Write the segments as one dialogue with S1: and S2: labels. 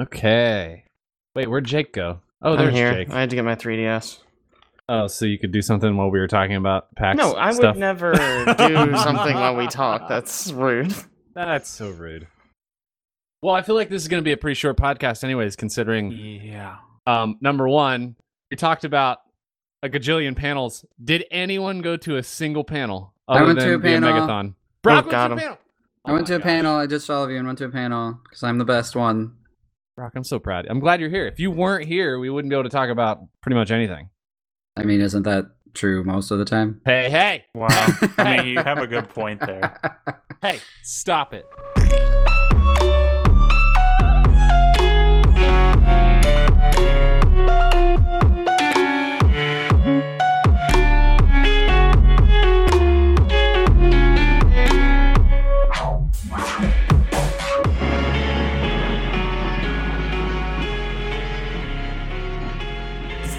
S1: Okay. Wait, where'd Jake go? Oh,
S2: I'm
S1: there's
S2: here.
S1: Jake.
S2: I had to get my 3DS.
S1: Oh, so you could do something while we were talking about packs.
S2: No, I
S1: stuff.
S2: would never do something while we talk. That's rude.
S1: That's so rude. Well, I feel like this is going to be a pretty short podcast, anyways. Considering,
S3: Yeah.
S1: um, number one, we talked about a gajillion panels. Did anyone go to a single panel?
S4: I
S1: Other
S4: went to
S1: than
S4: a
S1: the
S4: panel.
S1: Megathon. Brock went
S2: got
S1: to a
S2: him.
S1: panel.
S4: I went
S1: Oh
S4: to a
S1: my
S4: panel. I just saw all of you and went to a panel because I'm the best one.
S1: Brock, I'm so proud. I'm glad you're here. If you weren't here, we wouldn't be able to talk about pretty much anything.
S4: I mean, isn't that true most of the time?
S1: Hey, hey,
S3: Wow. I mean, you have a good point there.
S1: hey! Stop it.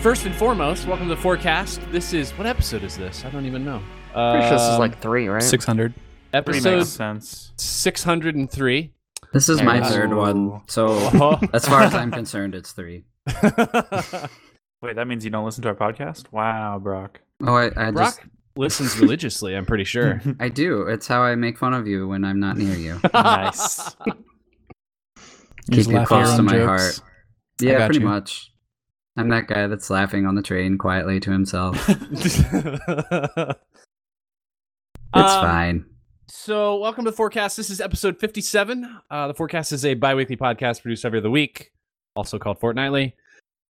S1: First and foremost, welcome to the forecast. This is what episode is this? I don't even know.
S2: Pretty sure this is
S1: Um,
S2: like three, right?
S5: Six hundred.
S3: Three makes
S1: episode
S3: sense.
S1: 603.
S4: This is my
S2: Ooh.
S4: third one, so as far as I'm concerned, it's three.
S3: Wait, that means you don't listen to our podcast? Wow, Brock.
S4: Oh, I, I just
S1: Brock listens religiously, I'm pretty sure.
S4: I do. It's how I make fun of you when I'm not near you.
S3: nice.
S4: Keep you
S5: laugh
S4: close
S5: your
S4: to
S5: own
S4: my
S5: jokes.
S4: heart. Yeah,
S5: got
S4: pretty
S5: you.
S4: much. I'm that guy that's laughing on the train quietly to himself. It's
S3: Um,
S4: fine.
S1: So, welcome to the forecast. This is episode 57. Uh, the forecast is a bi weekly podcast produced every other week, also called Fortnightly.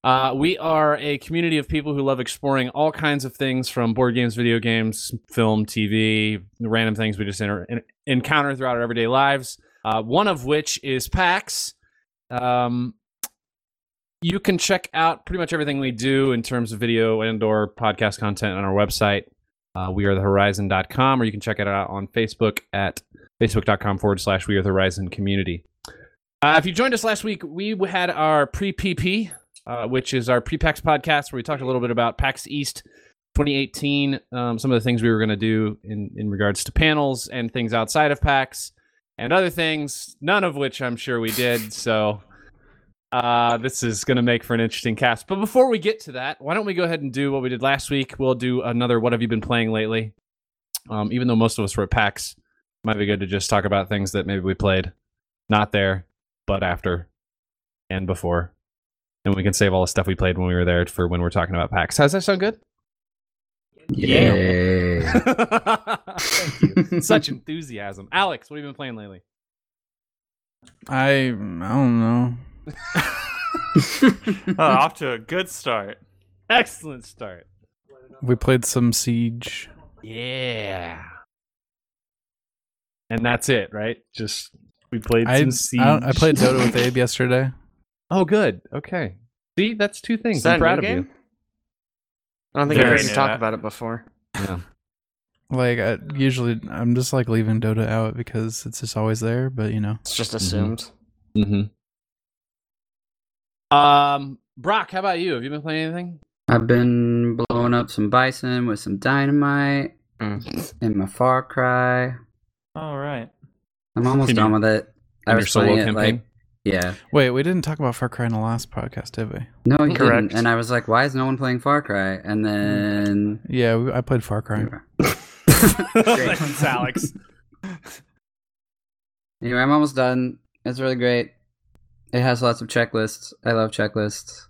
S1: Uh, we are a community of people who love exploring all kinds of things from board games, video games, film, TV, random things we just enter, en- encounter throughout our everyday lives. Uh, one of which is PAX. Um, you can check out pretty much everything we do in terms of video and or podcast content on our website uh, we are the horizon.com or you can check it out on facebook at facebook.com forward slash we are the horizon community uh, if you joined us last week we had our pre-pp uh, which is our pre-pax podcast where we talked a little bit about pax east 2018 um, some of the things we were going to do in, in regards to panels and things outside of pax and other things none of which i'm sure we did so uh, this is going to make for an interesting cast. But before we get to that, why don't we go ahead and do what we did last week? We'll do another What Have You Been Playing Lately? Um, even though most of us were at PAX, might be good to just talk about things that maybe we played not there, but after and before. And we can save all the stuff we played when we were there for when we're talking about PAX. How's that sound good?
S3: Yeah.
S4: Yay.
S1: Thank you. Such enthusiasm. Alex, what have you been playing lately?
S5: I I don't know.
S3: Oh, off to a good start.
S1: Excellent start.
S5: We played some Siege.
S1: Yeah. And that's it, right? Just we played
S5: I, I,
S1: some
S5: don't-
S1: Siege.
S5: I played Dota with Abe yesterday.
S1: Oh, good. Okay. See, that's two things.
S2: Is that
S1: I'm
S2: a
S1: proud
S2: new
S1: of
S2: game? I don't think
S3: Yeah,
S2: I
S3: I
S2: heard you
S3: knew
S2: talk
S3: that.
S2: about it before.
S5: Like I, usually, I'm just like leaving Dota out because it's just always there. But you know,
S2: It's
S4: Mm-hmm.
S2: just assumed.
S1: you. Mm-hmm. Um, Brock, how about you? Have you been playing anything?
S4: I've been blowing up some bison with some dynamite
S2: Mm.
S4: in my Far Cry.
S3: All right.
S4: I'm almost
S1: In
S4: done with it. I
S1: in
S4: was
S1: your solo
S4: playing it like
S1: campaign?
S4: yeah.
S5: wait, we didn't talk about Far Cry in the last podcast, did we?
S4: No, you
S2: Correct.
S4: didn't. And I was like, why is no one playing Far Cry? And then
S5: Yeah, we, I played Far Cry.
S4: Great.
S1: Mm. Thanks, Alex.
S4: Anyway, I'm almost done. It's really great. It has lots of checklists. I love checklists.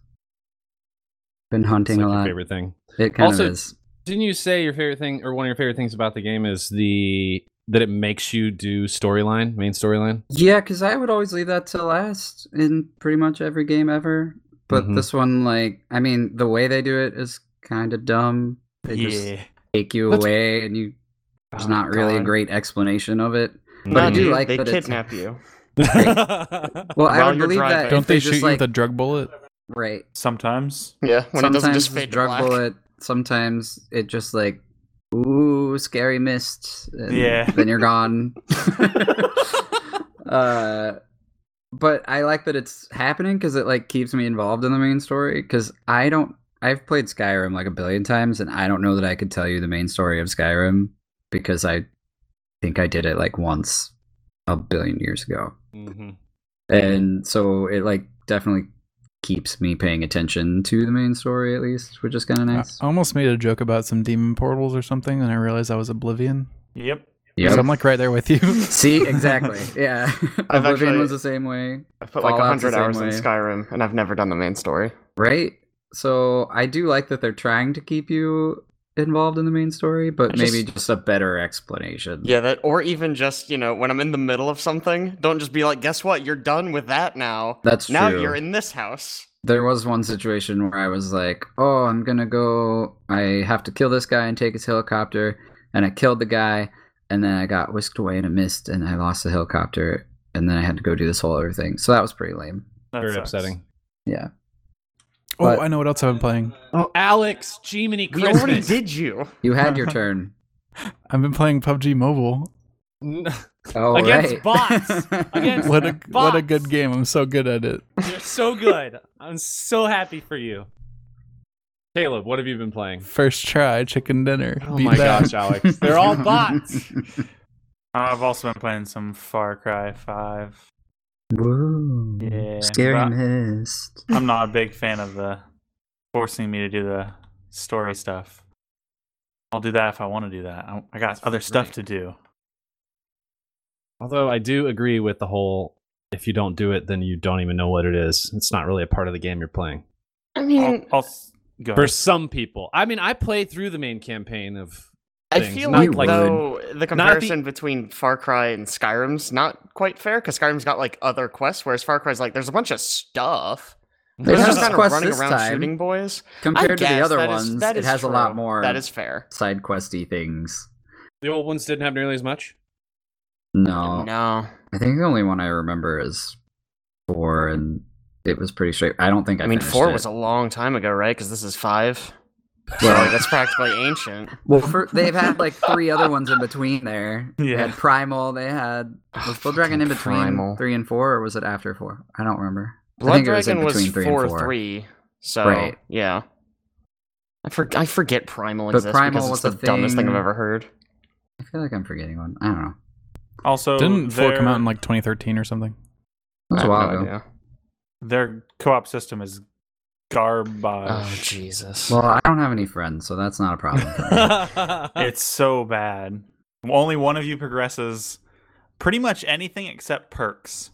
S4: Been
S1: It's
S4: hunting
S1: like
S4: a
S1: your
S4: lot.
S1: favorite thing.
S4: It kind
S1: Also-
S4: of is.
S1: Didn't you say your favorite thing or one of your favorite things about the game is the that it makes you do storyline, main storyline?
S4: Yeah, because I would always leave that to last in pretty much every game ever. But
S1: Mhm.
S4: this one, like, I mean, the way they do it is kind of dumb. They just
S3: Yeah.
S4: take you
S1: That's-
S4: away, and you there's not
S2: Ah, Oh,
S4: really a great explanation of it. But I
S2: They
S4: do
S2: do.
S4: like
S2: They
S4: that it's-
S2: kidnap you.
S1: Mm-hmm.
S4: Well,
S2: While
S4: I would
S2: you're
S4: believe that
S2: driving.
S4: if
S5: Don't they, shoot
S4: just
S5: you
S4: like
S5: with a drug bullet?
S4: right.
S3: Sometimes.
S2: Yeah, when it doesn't
S4: sometimes
S2: just
S4: it's
S2: fade to
S4: drug
S2: black.
S4: bullet. Sometimes it just like, ooh, scary mist. and
S3: Yeah.
S4: Then you're gone. uh, but I like that it's happening because it like keeps me involved in the main story. Because I don't, I've played Skyrim like a billion times, and I don't know that I could tell you the main story of Skyrim because I think I did it like once a billion years ago
S1: Mm-hmm.
S4: and so it like definitely keeps me paying attention to the main story at least, which is kind of nice.
S2: Oh,
S5: I almost made a joke about some demon portals or something, and I realized I was Oblivion.
S3: Yep.
S4: Yep.
S5: So I'm like right there with you. Oh,
S4: See, exactly. Yeah.
S2: I've
S4: Oblivion
S2: actually-
S4: was the same way.
S2: I've put like like
S4: Fallout's the
S2: 100 hours
S4: same
S2: in
S4: way.
S2: Skyrim, and I've never done the main story.
S4: Right? So I do like that they're trying to keep you involved in the main story, but
S2: I
S4: maybe
S2: just-
S4: just a better explanation.
S2: Yeah, that or even just, you know, when I'm in the middle of something, don't just be like, guess what, you're done with that now.
S4: That's
S2: now
S4: true.
S2: you're in this house.
S4: there was one situation where I was like, "Oh, I'm gonna go. I have to kill this guy and take his helicopter." And I killed the guy, and then I got whisked away in a mist, and I lost the helicopter, and then I had to go do this whole other thing. So that was pretty lame.
S3: That
S1: Very
S3: sucks.
S1: upsetting.
S5: oh,
S4: But-
S5: I know what else I've been playing.
S1: Oh, Alex, Jiminy
S2: We already
S1: Christmas.
S2: did you.
S4: You had your turn.
S5: I've been playing PUBG Mobile.
S4: Oh,
S1: Against
S4: right.
S1: bots. Against-
S5: What a what
S1: Bots.
S5: a good game! I'm so good at it.
S1: You're so good. I'm so happy for you. Caleb, what have you been playing?
S5: First try, chicken dinner.
S1: Oh
S5: Beat
S1: my
S5: that.
S1: gosh, Alex. They're all bots.
S3: I've also been playing some Far Cry 5.
S4: Whoa.
S3: Yeah.
S4: Scary
S3: but
S4: mist.
S3: I'm not a big fan of the forcing me to do the story stuff. I'll do that if I want to do that. I, I got other stuff to do.
S1: Although I do agree with the whole if you don't do it, then you don't even know what it is. It's not really a part of the game you're playing.
S2: I
S3: I'll,
S2: mean,
S3: I'll s- go.
S1: For
S3: ahead.
S1: some people. I mean, I played through the main campaign of
S2: I
S1: things,
S2: feel
S1: not
S2: like,
S4: like-
S2: though the comparison between Far Cry and Skyrim's not quite fair because Skyrim's got like other quests, whereas Far Cry's like there's a bunch of stuff.
S4: It
S2: It's
S4: has
S2: just kind of
S4: quests
S2: running
S4: this
S2: around
S4: time.
S2: shooting boys. I
S4: Compared to the
S2: guess
S4: other
S2: that is-
S4: ones,
S2: that
S4: it
S2: is
S4: has a lot
S2: true.
S4: more
S2: That is fair.
S4: side questy things.
S1: the old ones didn't have nearly as much.
S4: No,
S2: No,
S4: I think the only one I remember is four, and it was pretty straight. I don't think I.
S2: I mean
S4: finished
S2: four
S4: it.
S2: was a long time ago, right? Because this is five. So
S4: Well-
S2: like, that's practically ancient.
S4: well. For, they've had like three other ones in between there. They
S3: Yeah.
S4: had Primal. They had was Blood Dragon in
S2: Oh, Fucking
S4: between
S2: Primal.
S4: three and four, or was it after four? I don't remember. I
S2: Blood
S4: think it was in
S2: Dragon was,
S4: between three and
S2: four,
S4: four.
S2: three. So
S4: Right.
S2: yeah, I, for- I forget Primal
S4: But
S2: exists
S4: Primal
S2: because
S4: was
S2: it's the
S4: a
S2: dumbest thing I've
S4: thing-
S2: ever heard.
S4: I feel like I'm forgetting one. I don't know.
S3: Also,
S5: Didn't four come
S3: their-
S5: out in like 2013 or something?
S4: That
S2: I
S4: was a
S2: have
S4: while
S2: no
S4: ago.
S2: idea.
S3: Their co-op system is garbage.
S2: Oh Jesus!
S4: Well, I don't have any friends, so that's not a problem. for me.
S3: It's so bad. Only one of you progresses pretty much anything except perks.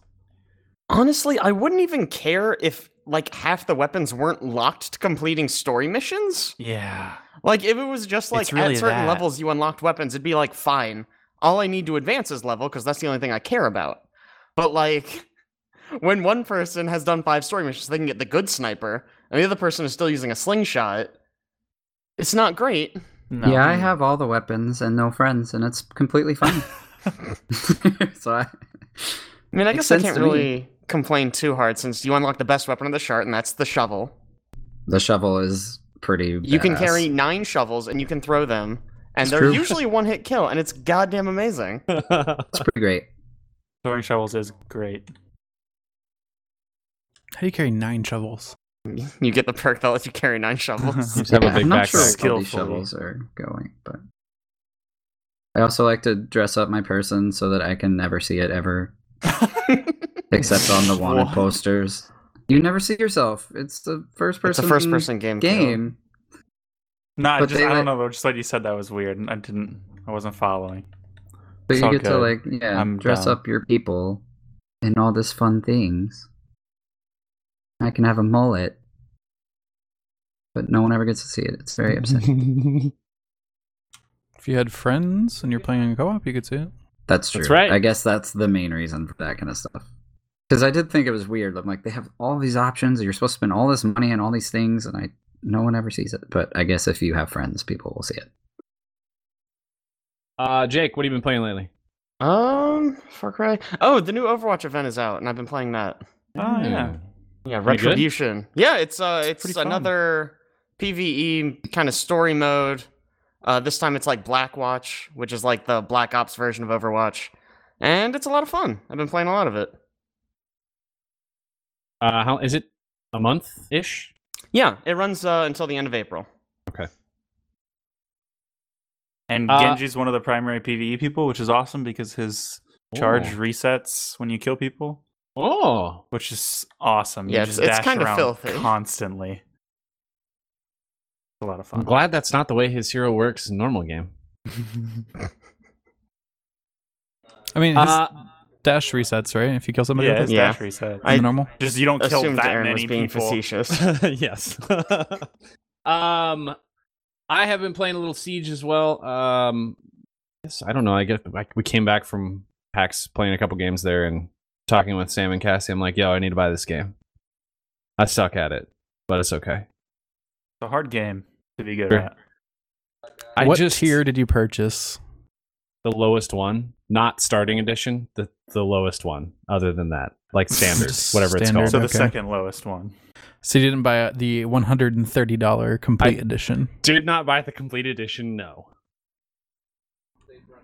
S2: Honestly, I wouldn't even care if like half the weapons weren't locked to completing story missions.
S3: Yeah.
S2: Like if it was just like
S3: It's really
S2: at certain
S3: that.
S2: levels you unlocked weapons, it'd be like fine. All I need to advance is level because that's the only thing I care about. But like when one person has done five story missions, they can get the good sniper, and the other person is still using a slingshot. It's not great.
S3: No.
S4: Yeah, I have all the weapons and no friends, and it's completely fine. so I,
S2: I mean, I
S4: Makes
S2: guess I
S4: sense
S2: can't
S4: to me.
S2: really complain too hard since you unlock the best weapon of the shard, and that's the shovel.
S4: the shovel is pretty.
S2: You can
S4: badass.
S2: carry nine shovels and you can throw them, and
S4: It's
S2: they're
S4: true.
S2: usually one hit kill, and it's goddamn amazing.
S4: It's pretty great.
S3: Throwing shovels is great.
S5: How do you carry nine shovels?
S2: You get the perk that lets you carry nine shovels.
S1: just have a
S4: Yeah,
S1: big
S4: I'm not
S1: backpack.
S4: sure where all
S3: Skillfully.
S4: these shovels are going, but I also like to dress up my person so that I can never see it ever, except on the wanted
S3: What?
S4: posters. You never see yourself. It's the first
S2: it's
S4: person.
S2: a first person game. Caleb.
S4: game.
S3: No, I
S4: But
S3: just
S4: they
S3: I don't
S4: let-
S3: know. though, Just like you said, that was weird. and I didn't. I wasn't following.
S4: But
S3: It's
S4: you
S3: all
S4: get to
S3: good.
S4: like yeah,
S3: I'm
S4: dress
S3: down.
S4: up your people in all this fun things. I can have a mullet, but no one ever gets to see it. It's
S2: Mm-hmm.
S4: very upsetting.
S5: If you had friends and you're playing a co-op, you could see it.
S4: That's true.
S1: That's right.
S4: I guess that's the main reason for that kind of stuff. Because I did think it was weird. I'm like, they have all these options. You're supposed to spend all this money on all these things, and I no one ever sees it. But I guess if you have friends, people will see it.
S1: uh, Jake, what have you been playing lately?
S2: Um, Far Cry. Oh, the new Overwatch event is out, and I've been playing that.
S3: Oh yeah.
S2: Yeah,
S1: Pretty good?
S2: Retribution. Yeah, it's uh,
S3: It's
S2: it's,
S3: pretty fun.
S2: another PVE kind of story mode. Uh, this time it's like Blackwatch, which is like the Black Ops version of Overwatch, and it's a lot of fun. I've been playing a lot of it.
S1: Uh, how is it? A month ish.
S2: Yeah, it runs uh, until the end of April.
S3: And
S1: Uh,
S3: Genji's one of the primary PVE people, which is awesome because his charge resets when you kill people.
S1: Oh,
S3: which is awesome.
S2: Yeah,
S3: you
S2: it's-
S3: just
S2: it's
S3: dash
S2: kinda
S3: around
S2: filthy.
S3: constantly. It's a lot of
S1: I'm
S3: fun.
S1: glad that's not the way his hero works in normal game.
S5: I mean, his
S1: Uh,
S5: dash resets, right? If you kill somebody
S3: yeah,
S5: with
S3: it's
S5: it,
S2: Yeah.
S3: dash reset.
S2: I-
S5: in normal.
S3: just uh, you don't kill
S2: Assumed
S3: that
S2: Aaron was
S3: many
S2: being
S3: people.
S2: facetious.
S1: yes. um, I have been playing a little Siege as well. Um, yes, I don't know. I guess I, we came back from PAX playing a couple games there and talking with Sam and Cassie. I'm like, yo, I need to buy this game. I suck at it, but it's okay.
S3: It's a hard game to be good
S1: Sure.
S3: at.
S1: I
S5: what
S1: just
S5: tier did you purchase?
S1: the lowest one, not starting edition, the the lowest one. Other than that, like standard, whatever it's
S5: Standard.
S1: called.
S3: So the
S5: Okay.
S3: second lowest one.
S5: So you didn't buy the one hundred and thirty dollar complete edition.
S1: Did not buy the complete edition. No.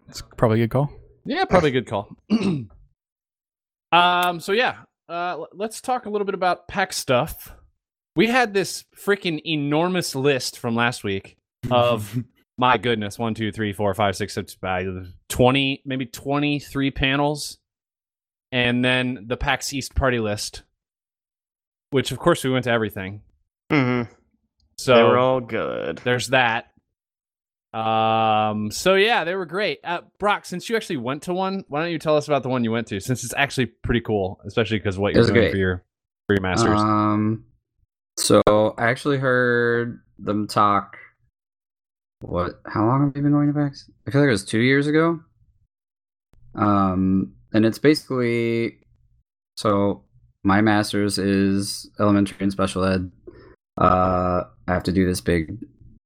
S5: It's probably a good call.
S1: Yeah, probably a good call. um, so yeah, uh, l- let's talk a little bit about pack stuff. We had this freaking enormous list from last week of my goodness, one, two, three, four, five, six, seven, uh, twenty, maybe twenty-three panels, and then the PAX East party list, which of course we went to everything.
S2: Mhm.
S1: So
S2: they were all good.
S1: there's that. Um. So yeah, they were great. Uh, Brock, since you actually went to one, why don't you tell us about the one you went to? Since it's actually pretty cool, especially because what
S4: It
S1: you're
S4: was
S1: doing
S4: great.
S1: for your for your masters.
S4: Um, so I actually heard them talk. What? How long have you been going to PAX? I feel like it was two years ago. Um, and it's basically so my master's is elementary and special ed. Uh, I have to do this big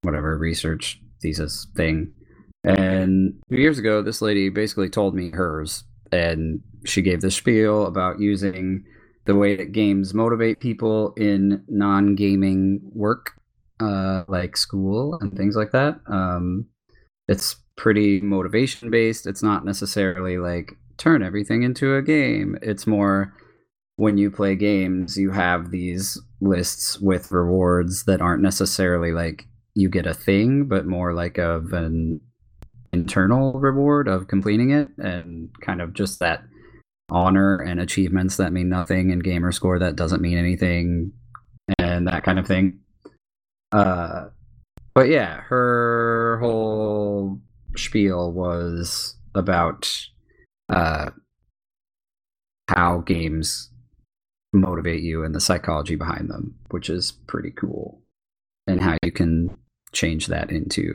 S4: whatever research thesis thing. And two years ago, this lady basically told me hers, and she gave the spiel about using the way that games motivate people in non-gaming work uh, like school and things like that um, it's pretty motivation based it's not necessarily like turn everything into a game it's more when you play games you have these lists with rewards that aren't necessarily like you get a thing but more like of an internal reward of completing it and kind of just that honor and achievements that mean nothing and gamer score that doesn't mean anything and that kind of thing uh but yeah her whole spiel was about uh how games motivate you and the psychology behind them which is pretty cool and how you can change that into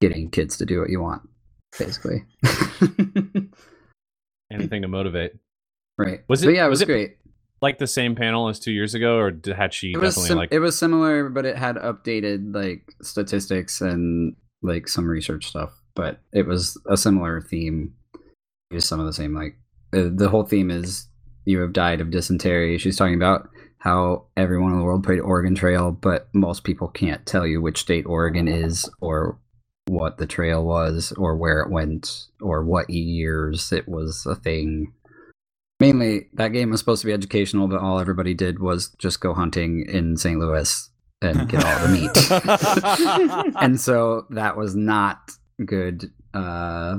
S4: getting kids to do what you want basically
S1: Anything to motivate?
S4: Right.
S1: Was
S4: But
S1: it-
S4: yeah, it
S1: was
S4: was,
S1: it-
S4: great.
S1: Like the same panel as two years ago, or d- had she
S4: It was
S1: definitely
S4: sim-
S1: like?
S4: it was similar, but it had updated like statistics and like some research stuff. But it was a similar theme. Used some of the same like uh, the whole theme is you have died of dysentery. She's talking about how everyone in the world played Oregon Trail, but most people can't tell you which state Oregon is or what the trail was or where it went or what years it was a thing. mainly that game was supposed to be educational, but all everybody did was just go hunting in St. Louis and get all the meat. and so that was not good uh,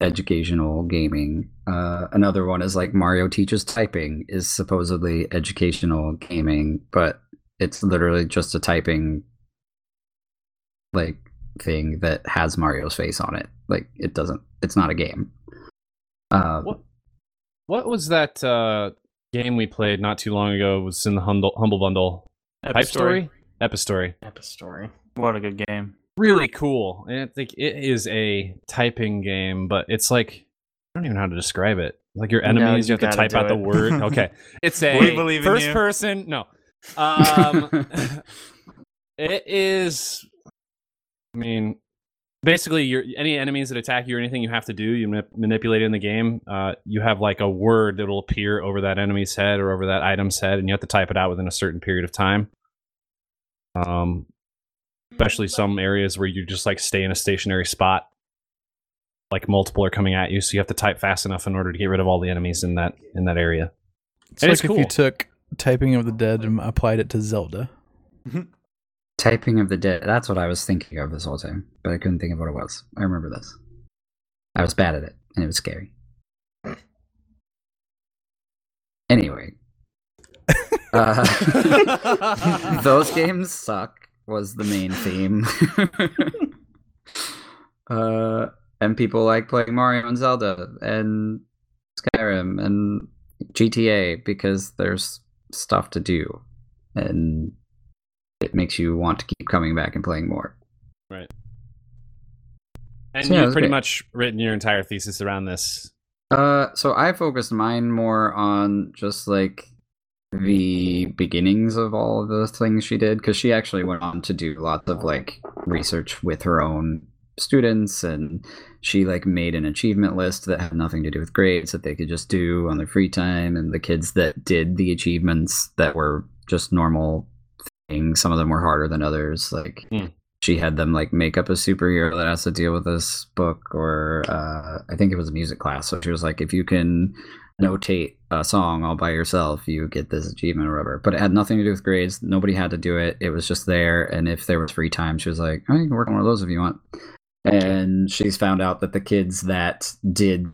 S4: educational gaming. Uh, another one is like Mario teaches typing is supposedly educational gaming, but it's literally just a typing like thing that has Mario's face on it. Like it doesn't. It's not a game. Uh,
S1: What What was that uh, game we played not too long ago? It was in the humble humble bundle. Pipe story. Epistory.
S2: Epistory.
S3: What a good game.
S1: really cool. And I think it is a typing game, but it's like I don't even know how to describe it. Like your
S2: No,
S1: enemies,
S2: you
S1: you, have to
S2: gotta
S1: type
S2: do
S1: out the
S2: it.
S1: word. Okay, it's a
S3: We believe in
S1: first
S3: you.
S1: person. No, um, it is. I mean, basically, your any enemies that attack you or anything you have to do, you manip- manipulate in the game. Uh, you have like a word that will appear over that enemy's head or over that item's head, and you have to type it out within a certain period of time. Um, especially some areas where you just like stay in a stationary spot like multiple are coming at you so you have to type fast enough in order to get rid of all the enemies in that in that area
S5: It's
S1: And
S5: like
S1: it's
S5: if you
S1: cool.
S5: took Typing of the Dead and applied it to Zelda.
S4: Typing of the Dead. That's what I was thinking of this whole time, but I couldn't think of what it was. I remember this. I was bad at it, and it was scary. Anyway, uh, those games suck was the main theme. uh, and people like playing Mario and Zelda and Skyrim and GTA because there's stuff to do, and it makes you want to keep coming back and playing more.
S1: And
S4: Yeah,
S1: you've
S4: that's
S1: pretty
S4: great.
S1: much written your entire thesis around this.
S4: Uh, so I focused mine more on just like the beginnings of all of the things she did because she actually went on to do lots of like research with her own students and she like made an achievement list that had nothing to do with grades that they could just do on their free time and the kids that did the achievements that were just normal things some of them were harder than others like
S1: Hmm.
S4: she had them like make up a superhero that has to deal with this book or uh, i think it was a music class so she was like if you can notate a song all by yourself you get this achievement or whatever but it had nothing to do with grades nobody had to do it it was just there and if there was free time she was like oh, you can work on one of those if you want and she's found out that the kids that did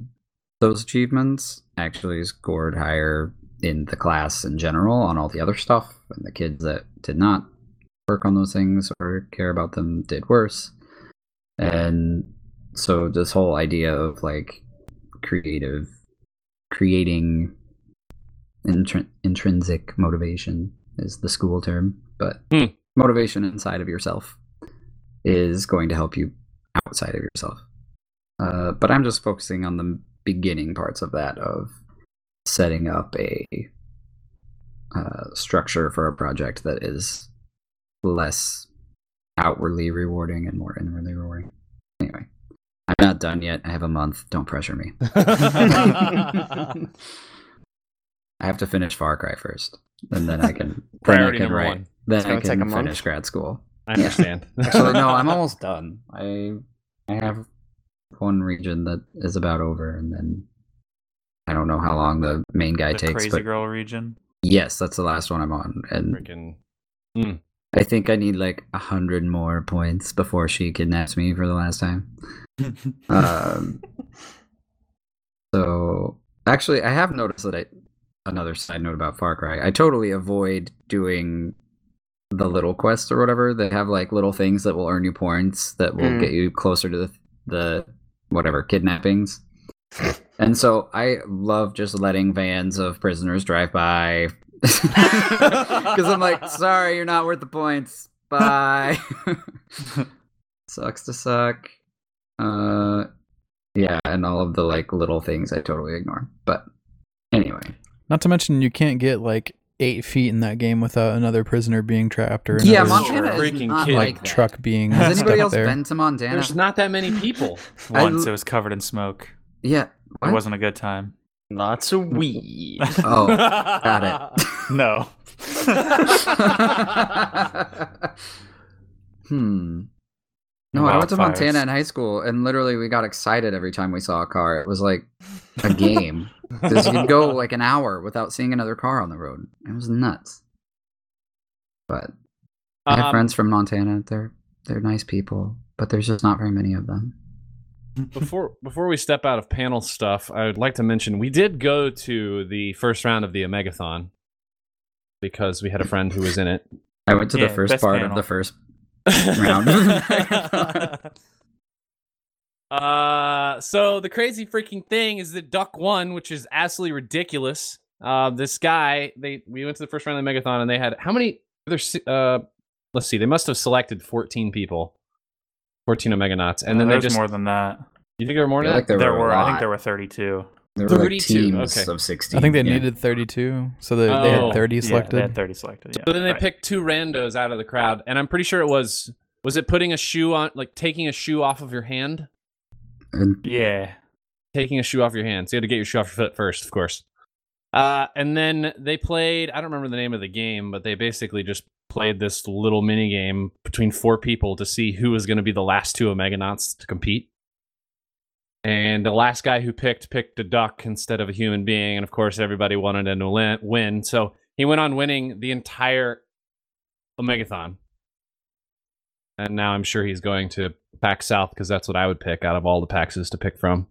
S4: those achievements actually scored higher in the class in general on all the other stuff and the kids that did not work on those things or care about them did worse. And so this whole idea of like creative creating intrin- intrinsic motivation is the school term, but
S1: Hmm.
S4: motivation inside of yourself is going to help you outside of yourself. Uh, but I'm just focusing on the beginning parts of that of setting up a uh, structure for a project that is less outwardly rewarding and more inwardly rewarding. Anyway, I'm not done yet. I have a month. Don't pressure me. I have to finish Far Cry first, and then I can
S1: Priority
S4: then I can
S1: number
S4: write-
S1: one.
S4: Then
S2: gonna
S4: I
S2: take
S4: can
S2: a month.
S4: finish grad school.
S1: I understand.
S4: Actually, no, I'm almost done. I I have one region that is about over, and then I don't know how long the main guy
S3: the
S4: takes.
S3: crazy
S4: but
S3: girl region.
S4: yes, that's the last one I'm on, and
S1: Freaking.
S4: I think I need like a hundred more points before she kidnaps me for the last time. um, so actually, I have noticed that I. Another side note about Far Cry: I totally avoid doing the little quests or whatever. They have like little things that will earn you points that will
S2: Mm.
S4: get you closer to the the whatever kidnappings. And so I love just letting vans of prisoners drive by because I'm like, sorry, you're not worth the points. Bye. Sucks to suck. Uh, yeah, and all of the like little things I totally ignore. But anyway,
S5: Not to mention, you can't get like eight feet in that game without another prisoner being trapped or
S4: yeah,
S5: another,
S4: Montana is
S1: freaking
S4: not
S1: kid.
S4: like
S5: like
S4: that.
S5: truck being.
S4: Has
S5: stuck
S4: anybody else
S5: there.
S4: been to Montana?
S1: There's not that many people.
S4: I
S3: Once
S4: l-
S3: it was covered in smoke.
S4: Yeah,
S3: It
S4: What?
S3: wasn't a good time.
S2: Lots of weed.
S4: Oh,
S1: got
S4: got
S3: No.
S4: it. hmm. No, I went to
S3: Wildfires.
S4: Montana in high school, and literally we got excited every time we saw a car. It was like a game. 'Cause you could go like an hour without seeing another car on the road. It was nuts. But I
S3: Um,
S4: have friends from Montana. They're they're nice people, but there's just not very many of them.
S1: before before we step out of panel stuff, I would like to mention we did go to the first round of the Omegathon because we had a friend who was in it.
S4: I went to
S3: Yeah,
S4: the first
S3: best
S4: part of
S3: panel.
S4: the first. Round.
S1: uh, so the crazy freaking thing is that Duck won, which is absolutely ridiculous. Uh, this guy, they we went to the first round of the Megathon, and they had how many? There's uh, let's see, they must have selected 14 people, 14 Omeganauts, and then
S3: there
S1: they
S3: was
S1: just
S3: Uh, more than that.
S1: you think there were more
S4: I feel
S1: than that?
S4: like there,
S3: There,
S4: were.
S3: were,
S4: a
S3: I
S4: lot.
S3: think there were 32.
S4: There were like,
S1: 32,
S4: teams
S1: okay.
S4: of sixteen.
S5: I think they
S4: yeah.
S5: needed 32, so they, they
S1: Oh.
S5: had 30
S3: Yeah, they had
S5: selected.
S3: 30 selected. Yeah,
S1: So then they
S3: right.
S1: picked two randos out of the crowd, and I'm pretty sure it was was it putting a shoe on, like taking a shoe off of your hand,
S4: And
S3: Yeah.
S1: taking a shoe off your hand. So you had to get your shoe off your foot first, of course. Uh, and then they played. I don't remember the name of the game, but they basically just played this little mini game between four people to see who was going to be the last two Omeganauts to compete. And the last guy who picked picked a duck instead of a human being, and of course everybody wanted him to win- win. So he went on winning the entire Omegathon. And now I'm sure he's going to Pack South because that's what I would pick out of all the PAXs to pick from.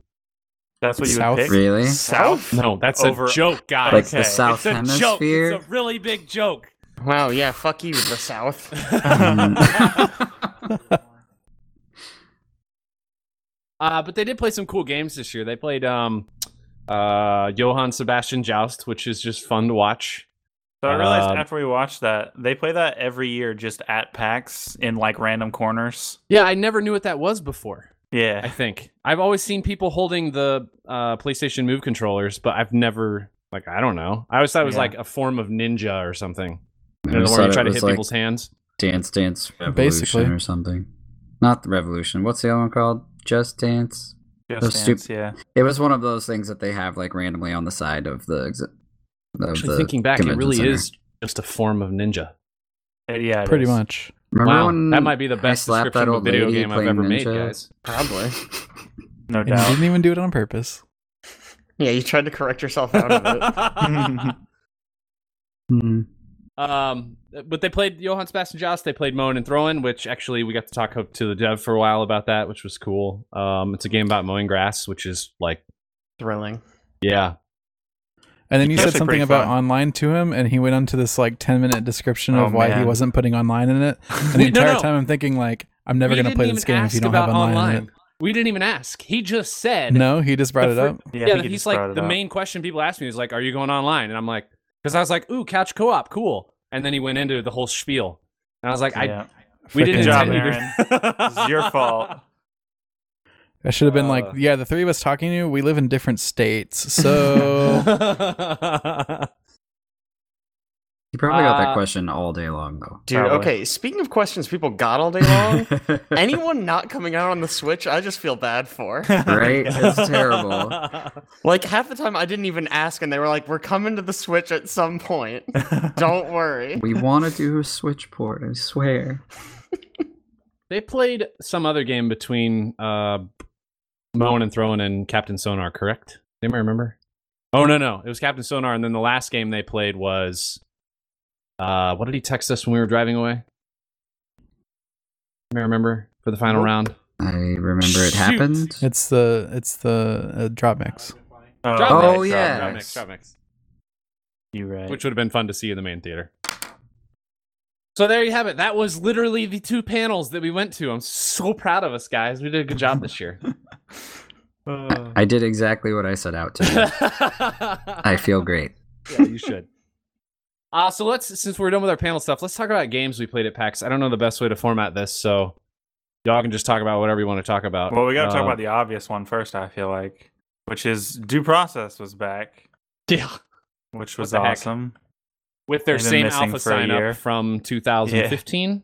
S3: That's what you
S5: South.
S3: would pick.
S4: Really?
S3: South?
S1: No, that's
S3: Over-
S1: a joke, guys.
S4: Like
S3: Okay.
S4: the South
S1: it's a joke.
S4: Hemisphere?
S1: It's a really big joke.
S2: Wow, yeah, fuck you, the South.
S4: Um,
S1: Mm. Uh, but they did play some cool games this year. They played um, uh, Johann Sebastian Joust, which is just fun to watch.
S3: So I realized
S1: Um,
S3: after we watched that, they play that every year just at PAX in like random corners.
S1: Yeah, I never knew what that was before. I
S3: Yeah.
S1: think I've always seen people holding the uh, PlayStation Move controllers, but I've never like I don't know. I always thought it was
S3: Yeah.
S1: like a form of ninja or something.
S4: I
S1: You know, the
S4: just
S1: one where
S4: thought
S1: you
S4: it
S1: try to
S4: was
S1: hit
S4: like
S1: people's hands.
S4: Dance Dance Revolution
S5: Basically.
S4: or something. Not the Revolution. What's the other one called? Just Dance.
S3: Just
S4: Those
S3: Dance, yeah.
S4: It was one of those things that they have like randomly on the side of the. Exi- of
S1: Actually,
S4: the
S1: thinking back, it
S4: convention
S1: really
S4: center.
S1: is just a form of ninja.
S3: Uh, Yeah. it
S5: Pretty
S3: is.
S5: much.
S4: Remember
S1: Wow,
S4: when
S1: that might be the
S4: I
S1: best
S4: slapped
S1: description of a
S4: old
S1: video
S4: lady
S1: game I've
S4: playing
S1: ever made,
S4: Ninja?
S1: guys.
S2: Probably.
S3: No
S5: And you
S3: doubt.
S5: didn't even do it on purpose.
S2: Yeah, you tried to correct yourself out of it.
S4: Hmm.
S1: Um, but they played Johann Sebastian Jost. They played Mowing and Throwing, which actually we got to talk to the dev for a while about that, which was cool. Um, it's a game about mowing grass, which is like,
S2: Thrilling.
S1: yeah,
S5: And then you
S3: That's
S5: said
S3: actually
S5: something
S3: pretty
S5: about
S3: fun.
S5: online to him, and he went on to this like ten minute description
S3: Oh,
S5: of why he
S3: man.
S5: wasn't putting online in it. And the
S1: We- no,
S5: entire
S1: no.
S5: time, I'm thinking like, I'm never
S1: We
S5: gonna
S1: didn't
S5: play
S1: even
S5: this game if
S1: ask
S5: you don't have
S1: about
S5: online. In it.
S1: online. We didn't even ask. He just said,
S5: No, he just brought
S1: The
S5: it
S1: fir-
S5: up.
S3: yeah, I
S1: yeah,
S3: think you
S1: he's
S3: just brought
S1: like
S3: it
S1: the
S3: up.
S1: main question people ask me is like, "Are you going online?" And I'm like, because I was like, "Ooh, couch co-op, cool." And then he went into the whole spiel, and I was like, "I
S3: Yeah.
S1: we didn't
S5: Frickin'
S3: job,
S1: intend
S3: Aaron.
S1: to do-
S3: It's your fault.
S5: I should have been like,
S1: Uh.
S5: yeah, the three of us talking to you, we live in different states, so Oh.
S4: He probably got
S1: Uh,
S4: that question all day long though.
S2: Dude,
S3: Probably.
S2: okay, speaking of questions people got all day long, anyone not coming out on the Switch, I just feel bad for.
S4: right? It's terrible.
S2: Like, half the time I didn't even ask, and they were like, we're coming to the Switch at some point. Don't worry.
S4: We want to do a switchboard. I swear.
S1: They played some other game between uh, Moan and Throwing and Captain Sonar, correct? Anybody remember? Oh no, no, it was Captain Sonar, and then the last game they played was, uh, what did he text us when we were driving away? Anybody remember for the final
S2: Nope.
S1: round?
S4: I remember
S1: Shoot.
S4: it happened.
S5: it's the it's the uh, drop mix.
S1: Drop
S4: Oh,
S3: right,
S4: yeah.
S3: drop
S1: Drop mix,
S4: Drop
S3: mix.
S1: drop mix.
S3: You right.
S1: which would have been fun to see in the main theater. So there you have it. That was literally the two panels that we went to. I'm so proud of us, guys. We did a good job this year. Oh.
S3: Uh,
S4: I did exactly what I set out to do. I feel great.
S1: yeah, you should. Uh, so let's, since we're done with our panel stuff, let's talk about games we played at PAX. I don't know the best way to format this, so y'all can just talk about whatever you want to talk about.
S3: well, we got to talk
S1: Uh,
S3: about the obvious one first, I feel like, which is Due Process was back,
S1: yeah.
S3: which
S1: What
S3: was
S1: the heck?
S3: awesome.
S1: with their
S3: They've been
S1: same
S3: missing
S1: alpha
S3: for a
S1: sign
S3: year.
S1: up from 2015.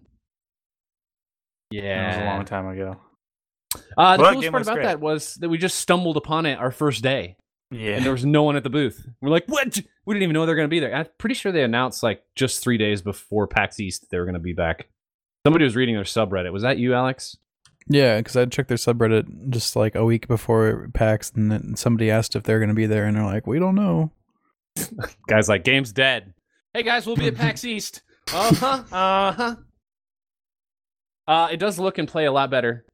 S1: Yeah,
S3: That was a long time ago.
S1: Uh, the
S3: Well, that
S1: coolest
S3: game
S1: part
S3: was
S1: about
S3: great.
S1: that was that we just stumbled upon it our first day, and there
S3: Yeah.
S1: was no one at the booth. We're like, "What? We didn't even know they're going to be there." And I'm pretty sure they announced like just three days before PAX East they were going to be back. Somebody was reading their subreddit. Was that you, Alex?
S5: Yeah, because I checked their subreddit just like a week before PAX, and then somebody asked if they're gonna be there, and they're like, we don't know.
S1: Guys, like, game's dead. Hey guys, we'll be at PAX East. Uh huh. Uh huh. Uh, it does look and play a lot better,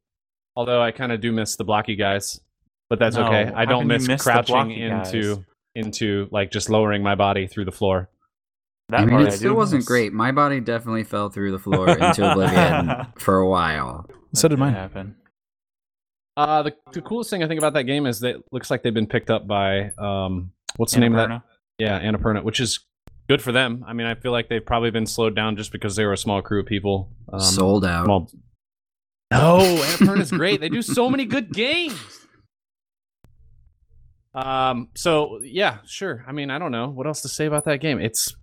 S1: although I kind of do miss the blocky guys. But that's
S3: No,
S1: okay.
S3: how
S1: I don't
S3: can you
S1: miss,
S3: miss the
S1: crouching
S3: blocky
S1: into
S3: guys?
S1: into like just lowering my body through the floor.
S3: That
S4: I mean,
S3: part
S4: it still
S3: do
S4: wasn't
S3: miss.
S4: great. My body definitely fell through the floor into oblivion for a while.
S5: So did
S3: That
S5: mine.
S3: Happen.
S1: Uh, the, the coolest thing I think about that game is that it looks like they've been picked up by um, what's the name of that?
S3: Annapurna.
S1: Yeah, Annapurna, which is good for them. I mean, I feel like they've probably been slowed down just because they were a small crew of people. Um,
S4: Sold out.
S1: small- No, Annapurna's great. They do so many good games. Um, so yeah, sure. I mean, I don't know what else to say about that game. It's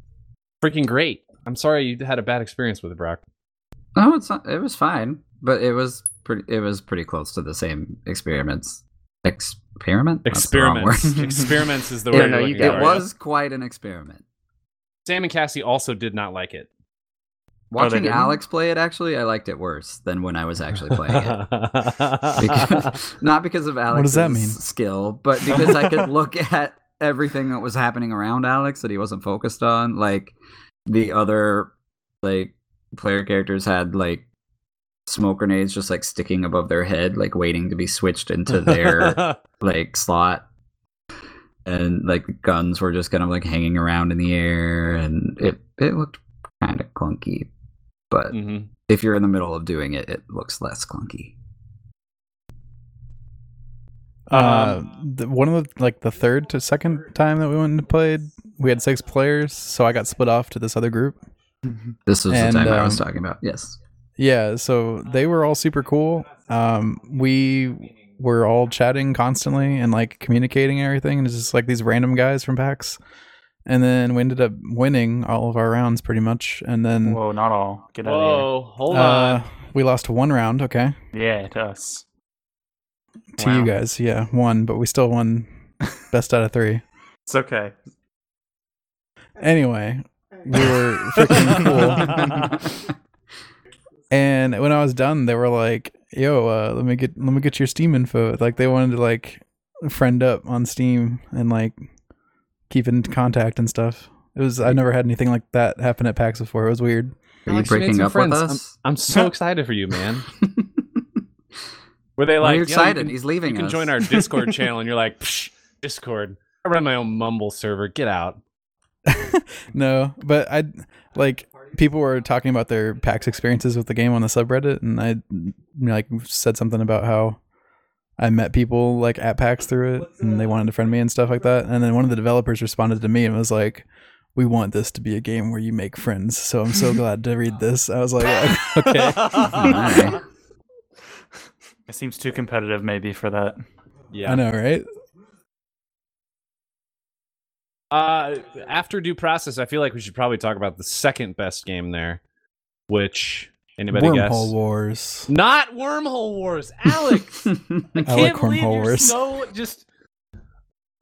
S1: freaking great. I'm sorry you had a bad experience with it, Brock.
S4: No, it's not, it was fine, but it was pretty. It was pretty close to the same experiments. Experiment. That's the wrong word.
S1: Experiments. Experiments is the
S2: Yeah,
S1: word.
S2: no,
S1: you're
S2: you
S1: looking
S2: get
S1: for,
S4: It
S1: yeah.
S4: was quite an experiment.
S1: Sam and Cassie also did not like it.
S3: Oh, they
S4: Watching
S3: didn't?
S4: Alex play it, actually, I liked it worse than when I was actually playing it. Because- not because of Alex's
S5: does that mean?
S4: skill, but because I could look at everything that was happening around Alex that he wasn't focused on. Like the other like player characters had like smoke grenades just like sticking above their head, like waiting to be switched into their like slot. and like the guns were just kind of like hanging around in the air, and it it looked kind of clunky. But
S1: Mm-hmm.
S4: if you're in the middle of doing it, it looks less clunky.
S5: Uh, the, one of the like the third to second time that we went and played, we had six players, so I got split off to this other group.
S4: This was
S5: And,
S4: the time I was
S5: um,
S4: talking about. Yes.
S5: Yeah, so they were all super cool. Um, we were all chatting constantly and like communicating and everything, and it's just like these random guys from PAX. And then we ended up winning all of our rounds pretty much. And then
S3: Whoa, not all. Get out of
S1: Whoa, hold on.
S5: uh, we lost one round, okay,
S3: here. Yeah, to us.
S5: to you
S3: Wow.
S5: guys. Yeah, one, but we still won best out of three.
S3: It's okay.
S5: Anyway, we were freaking cool. And when I was done, they were like, "Yo, uh, let me get let me get your Steam info." Like they wanted to like friend up on Steam and like keep in contact and stuff. It was I never had anything like that happen at PAX before. It was weird.
S4: Are you
S1: Alex, made
S4: breaking
S1: some
S4: up
S1: friends.
S4: with
S1: I'm-
S4: us?
S1: I'm, so excited for you, man. Were they
S4: Why
S1: like
S4: are you
S1: "Yeah,
S4: excited?
S1: can-
S4: He's leaving
S1: you can
S4: us.
S1: join our Discord channel, and you're like, Psh, Discord. I run my own Mumble server. Get out.
S5: no, but I like people were talking about their PAX experiences with the game on the subreddit, and I like said something about how I met people like at PAX through it, and they wanted to friend me and stuff like that. And then one of the developers responded to me and was like. We want this to be a game where you make friends, so I'm so glad to read this. I was like, okay,
S4: Alright.
S3: It seems too competitive, maybe, for that.
S1: Yeah.
S5: I know, right?
S1: Uh, after due process, I feel like we should probably talk about the second best game there, which anybody
S5: Wormhole
S1: guess?
S5: Wars.
S1: Not Wormhole Wars, Alex. I can't
S5: like
S1: believe
S5: Wormhole
S1: you're
S5: Wars.
S1: so just.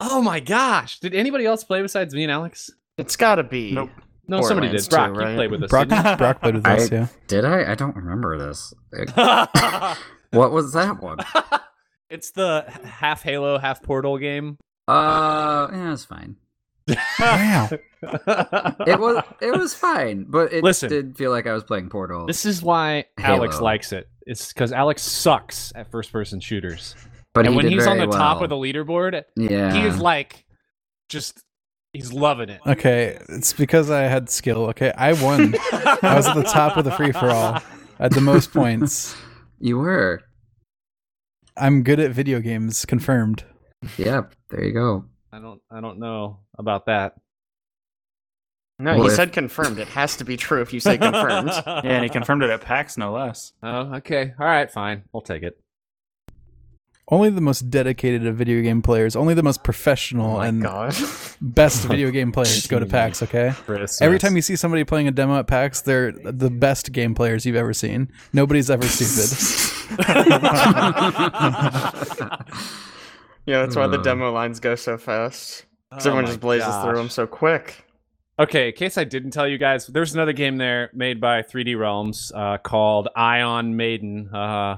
S1: Oh my gosh! Did anybody else play besides me and Alex?
S2: It's gotta be.
S3: Nope.
S1: No, somebody
S2: Borderlands
S1: did. Brock,
S2: two,
S1: you
S2: right?
S1: played with us.
S5: Brock,
S1: didn't
S5: Brock played with
S4: I-
S5: us, yeah.
S4: Did I? I don't remember this. Like,
S1: you?
S4: What was that one?
S1: it's the half Halo, half Portal game.
S4: Uh, yeah, it's fine.
S5: Wow.
S4: It was it was fine, but it
S1: Listen.
S4: did feel like I was playing Portal.
S1: This is why Alex
S4: Halo.
S1: likes it. It's because Alex sucks at first-person shooters,
S4: but
S1: and
S4: he
S1: when
S4: did
S1: he's on
S4: very
S1: the top of the
S4: well.
S1: leaderboard,
S4: yeah,
S1: he is like, just he's loving it.
S5: Okay, it's because I had skill. Okay, I won. I was at the top of the free for all at the most points.
S4: you were.
S5: I'm good at video games, confirmed.
S4: Yeah, there you go.
S1: I don't, I don't know about that.
S2: No,
S4: Well,
S2: you
S4: if-
S2: said confirmed. It has to be true if you say confirmed.
S3: Yeah, and he confirmed it at PAX, no less.
S1: Oh, okay. All right, fine. I'll take it.
S5: Only the most dedicated of video game players, only the most professional and
S2: Oh god.
S5: best video game players go to PAX, okay? Every time you see somebody playing a demo at PAX, they're the best game players you've ever seen. Nobody's ever stupid.
S2: Yeah, that's why the
S5: Mm.
S4: Uh.
S2: demo lines go so fast. 'Cause
S1: Oh
S2: everyone
S1: my
S2: just blazes through 'em through them
S1: gosh.
S2: so quick.
S1: Okay, in case I didn't tell you guys, there's another game there made by 3D Realms uh, called Ion Maiden. Uh,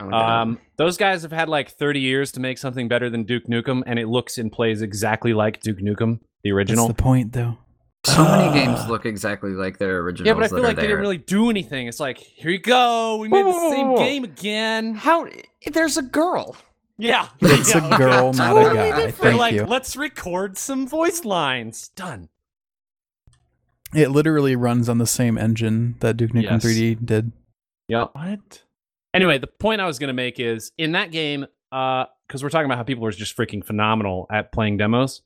S2: Oh,
S1: um, those guys have had like 30 years to make something better than Duke Nukem, and it looks and plays exactly like Duke Nukem, the
S5: That's
S1: original.
S5: the point, though.
S4: so many games look exactly like their originals.
S1: yeah, but I
S4: that
S1: feel
S4: are
S1: like they
S4: there.
S1: didn't really do anything. It's like, here you go, we made
S2: Whoa,
S1: the
S2: whoa,
S1: same
S2: whoa, whoa.
S1: game again.
S2: How? There's a girl.
S1: Yeah,
S5: It's
S1: Yeah, okay.
S5: a girl, not a
S4: Totally
S5: guy.
S4: different.
S1: They're
S5: Thank
S1: like,
S5: you.
S1: let's record some voice lines. Done.
S5: It literally runs on the same engine that Duke Nukem
S1: Yes.
S5: 3D did.
S1: Yep.
S3: What?
S1: Anyway, the point I was going to make is in that game, because we're talking about how people were just freaking phenomenal at playing demos.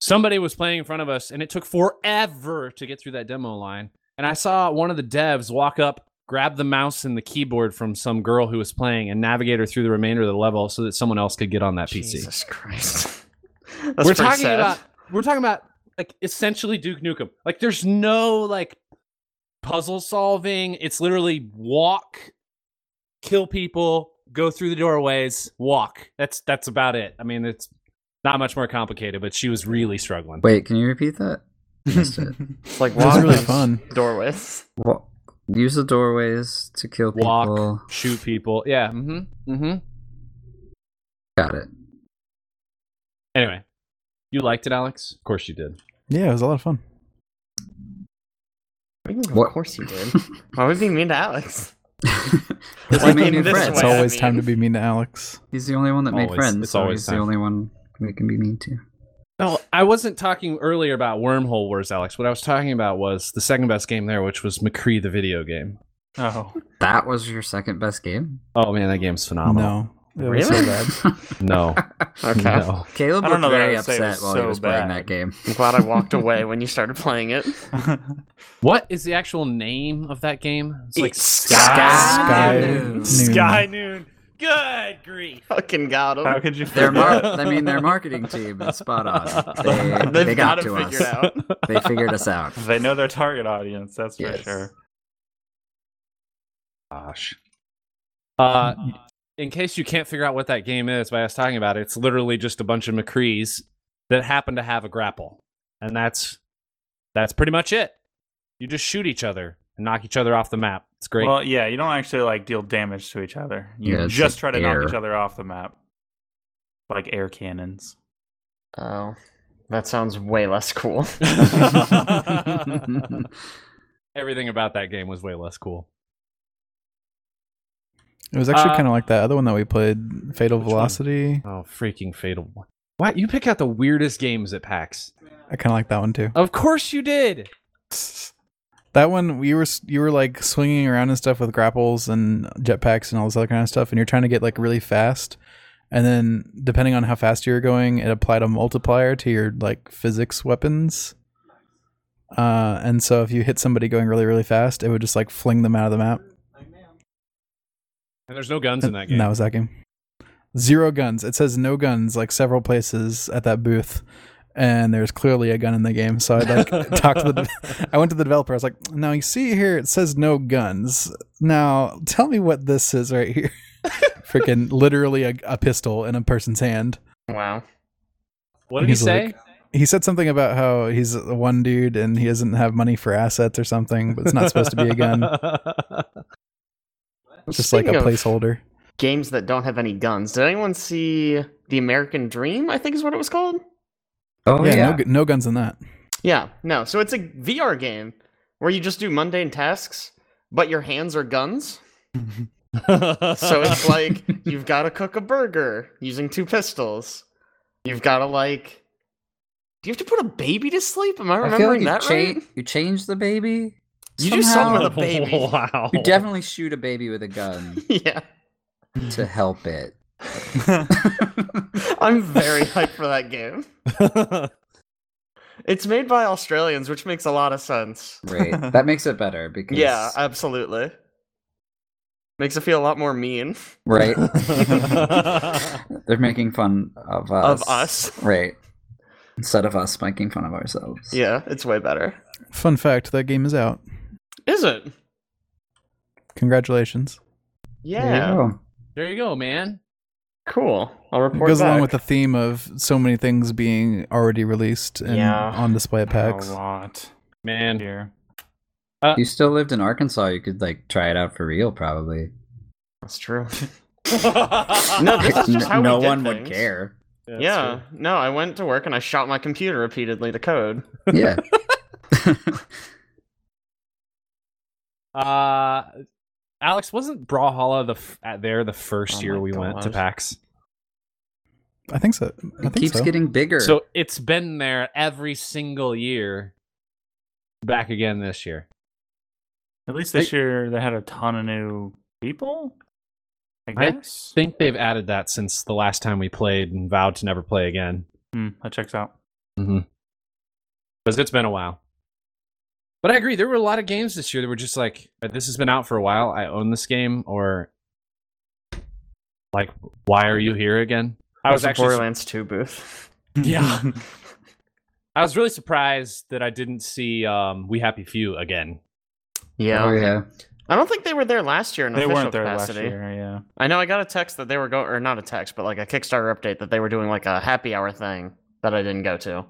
S1: Somebody was playing in front of us, and it took forever to get through that demo line. And I saw one of the devs walk up, grab the mouse and the keyboard from some girl who was playing, and navigate her through the remainder of the level so that someone else could get on that PC.
S2: Jesus Christ. That's
S1: We're
S2: pretty
S1: talking
S2: sad.
S1: about we're talking about like essentially Duke Nukem. Like there's no like puzzle solving. It's literally walk, kill people, go through the doorways, walk. That's that's about it. I mean, it's not much more complicated, but she was really struggling.
S4: Wait, can you repeat that? Missed it.
S2: It's like
S5: It was
S2: walk
S5: really
S2: those
S5: fun.
S2: Doorways.
S4: Wa- Use the doorways to kill people.
S1: Walk. Shoot people. Yeah. Mm-hmm. Mm-hmm.
S4: Got it.
S1: Anyway. You liked it, Alex? Of course you did.
S5: Yeah, it was a lot of fun.
S4: What-
S2: Of course you did. Why would you be mean to Alex?
S4: Does he
S2: Like
S4: make
S2: in
S4: new
S2: this
S4: friends?
S5: It's
S2: way, I
S5: always time
S2: mean.
S5: to be mean to Alex.
S4: He's the only one that made
S1: Always.
S4: friends.
S1: It's
S4: so
S1: always
S4: he's
S1: time.
S4: the only one we can be mean to.
S1: No, Oh, I wasn't talking earlier about Wormhole Wars, Alex. What I was talking about was the second best game there, which was McCree the video game.
S3: Oh,
S4: That was your second best game.
S1: Oh man, that game's phenomenal.
S5: no, it was so
S2: Really?
S5: bad.
S1: No,
S2: Okay.
S1: no.
S4: Caleb
S3: I
S4: looked
S3: don't know that I
S4: very
S3: would say it
S4: upset
S3: was
S4: while he
S3: so
S4: was playing
S3: bad.
S4: that game.
S2: I'm glad I walked away when you started playing it.
S1: What is the actual name of that game? It's like
S5: Sky
S4: Noon.
S5: Noon.
S3: Sky Noon. Good grief.
S2: Fucking got him.
S3: How could you?
S4: Their mar-
S3: forget?
S4: I mean, their marketing team is spot on. They,
S2: They've
S4: they
S2: got
S4: got
S2: it
S4: to
S2: figured
S4: us.
S2: out.
S4: They figured us out.
S3: They know their target audience. That's for
S4: Yes.
S3: sure.
S1: gosh. Uh, in case you can't figure out what that game is by us talking about it, it's literally just a bunch of McCrees that happen to have a grapple, and that's that's pretty much it. You just shoot each other and knock each other off the map. It's great.
S3: Well, yeah, you don't actually like deal damage to each other. You
S4: Yeah, it's
S3: just
S4: like
S3: try to
S4: air.
S3: knock each other off the map, like air cannons.
S2: Oh, that sounds way less cool.
S4: Oh,
S1: Everything about that game was way less cool.
S5: It was actually
S1: Uh,
S5: kind of like that other one that we played, Fatal
S1: Which one?
S5: Velocity.
S1: Oh, freaking fatal! What you pick out the weirdest games at PAX?
S5: I kind of like that one too.
S1: Of course you did.
S5: That one you were s- you were like swinging around and stuff with grapples and jetpacks and all this other kind of stuff, and you're trying to get like really fast. And then depending on how fast you're going, it applied a multiplier to your like physics weapons. Uh, and so if you hit somebody going really really fast, it would just like fling them out of the map.
S1: And there's no guns in that game.
S5: And that was that game. Zero guns. It says no guns like several places at that booth. And there's clearly a gun in the game. So I like talked to the I went to the developer. I was like, now you see here it says no guns. Now tell me what this is right here. Freaking literally a, a pistol in a person's hand.
S2: Wow.
S1: What did he
S5: He's
S1: say?
S5: like- He said something about how he's the one dude and he doesn't have money for assets or something, but it's not supposed to be a gun. It's just like a
S2: Speaking of
S5: placeholder.
S2: Games that don't have any guns. Did anyone see The American Dream? I think is what it was called.
S4: Oh
S5: yeah, No, gu- no guns in that.
S2: Yeah, no. So it's a VR game where you just do mundane tasks, but your hands are guns. So it's like you've got to cook a burger using two pistols. You've got to like. Do you have to put a baby to sleep? Am I
S4: I feel like
S2: remembering
S4: you,
S2: that
S4: cha-
S2: right?
S4: you changed the baby.
S2: You do something
S4: somehow.
S2: with a baby.
S1: Wow.
S2: Oh.
S4: You definitely shoot a baby with a gun
S2: yeah,
S4: to help it.
S2: I'm very hyped for that game. It's made by Australians, which makes a lot of sense.
S4: Right. That makes it better because
S2: Yeah, absolutely. Makes it feel a lot more mean
S4: right. They're making fun of us.
S2: of us.
S4: Right. Instead of us making fun of ourselves.
S2: Yeah, it's way better.
S5: Fun fact, that game is out.
S2: Is it?
S5: Congratulations.
S4: There you
S2: Yeah.
S4: go.
S1: there you go, man.
S2: Cool. I'll
S5: It
S2: report
S5: goes along
S2: back.
S5: with the theme of so many things being already released and
S2: Yeah.
S5: on display at
S3: a
S5: PAX.
S3: lot
S1: Man,
S3: here.
S4: If you still lived in Arkansas, you could like try it out for real probably.
S2: That's true.
S1: no,
S2: Uh, this is just
S4: N-
S2: how we
S4: no
S2: did
S4: one would
S2: things.
S4: care.
S2: yeah. No, I went to work and I shot my computer repeatedly to code.
S4: Yeah.
S1: Uh, Alex, wasn't Brawlhalla the f- at there the first
S2: Oh
S1: year
S2: my
S1: we went to
S2: God.
S1: PAX?
S5: I think so. I
S4: it
S5: think
S4: keeps
S5: so.
S4: getting bigger.
S1: So it's been there every single year. Back again this year.
S3: At least this year they had a ton of new people. I
S1: I
S3: guess.
S1: Think they've added that since the last time we played and vowed to never play again.
S3: Hmm, that checks out.
S1: because it's been a while. But I agree, there were a lot of games this year that were just like, uh, this has been out for a while. I own this game, or like, why are you here again? I was
S2: That's a
S1: actually,
S2: Borderlands 2 booth.
S1: Yeah. I was really surprised that I didn't see um, We Happy Few again.
S2: Yeah.
S4: Oh yeah.
S2: I don't think they were there last year in
S3: they
S2: official
S3: weren't there
S2: capacity.
S3: last year. Yeah.
S2: I know I got a text that they were going, or not a text, but like a Kickstarter update that they were doing like a happy hour thing that I didn't go to.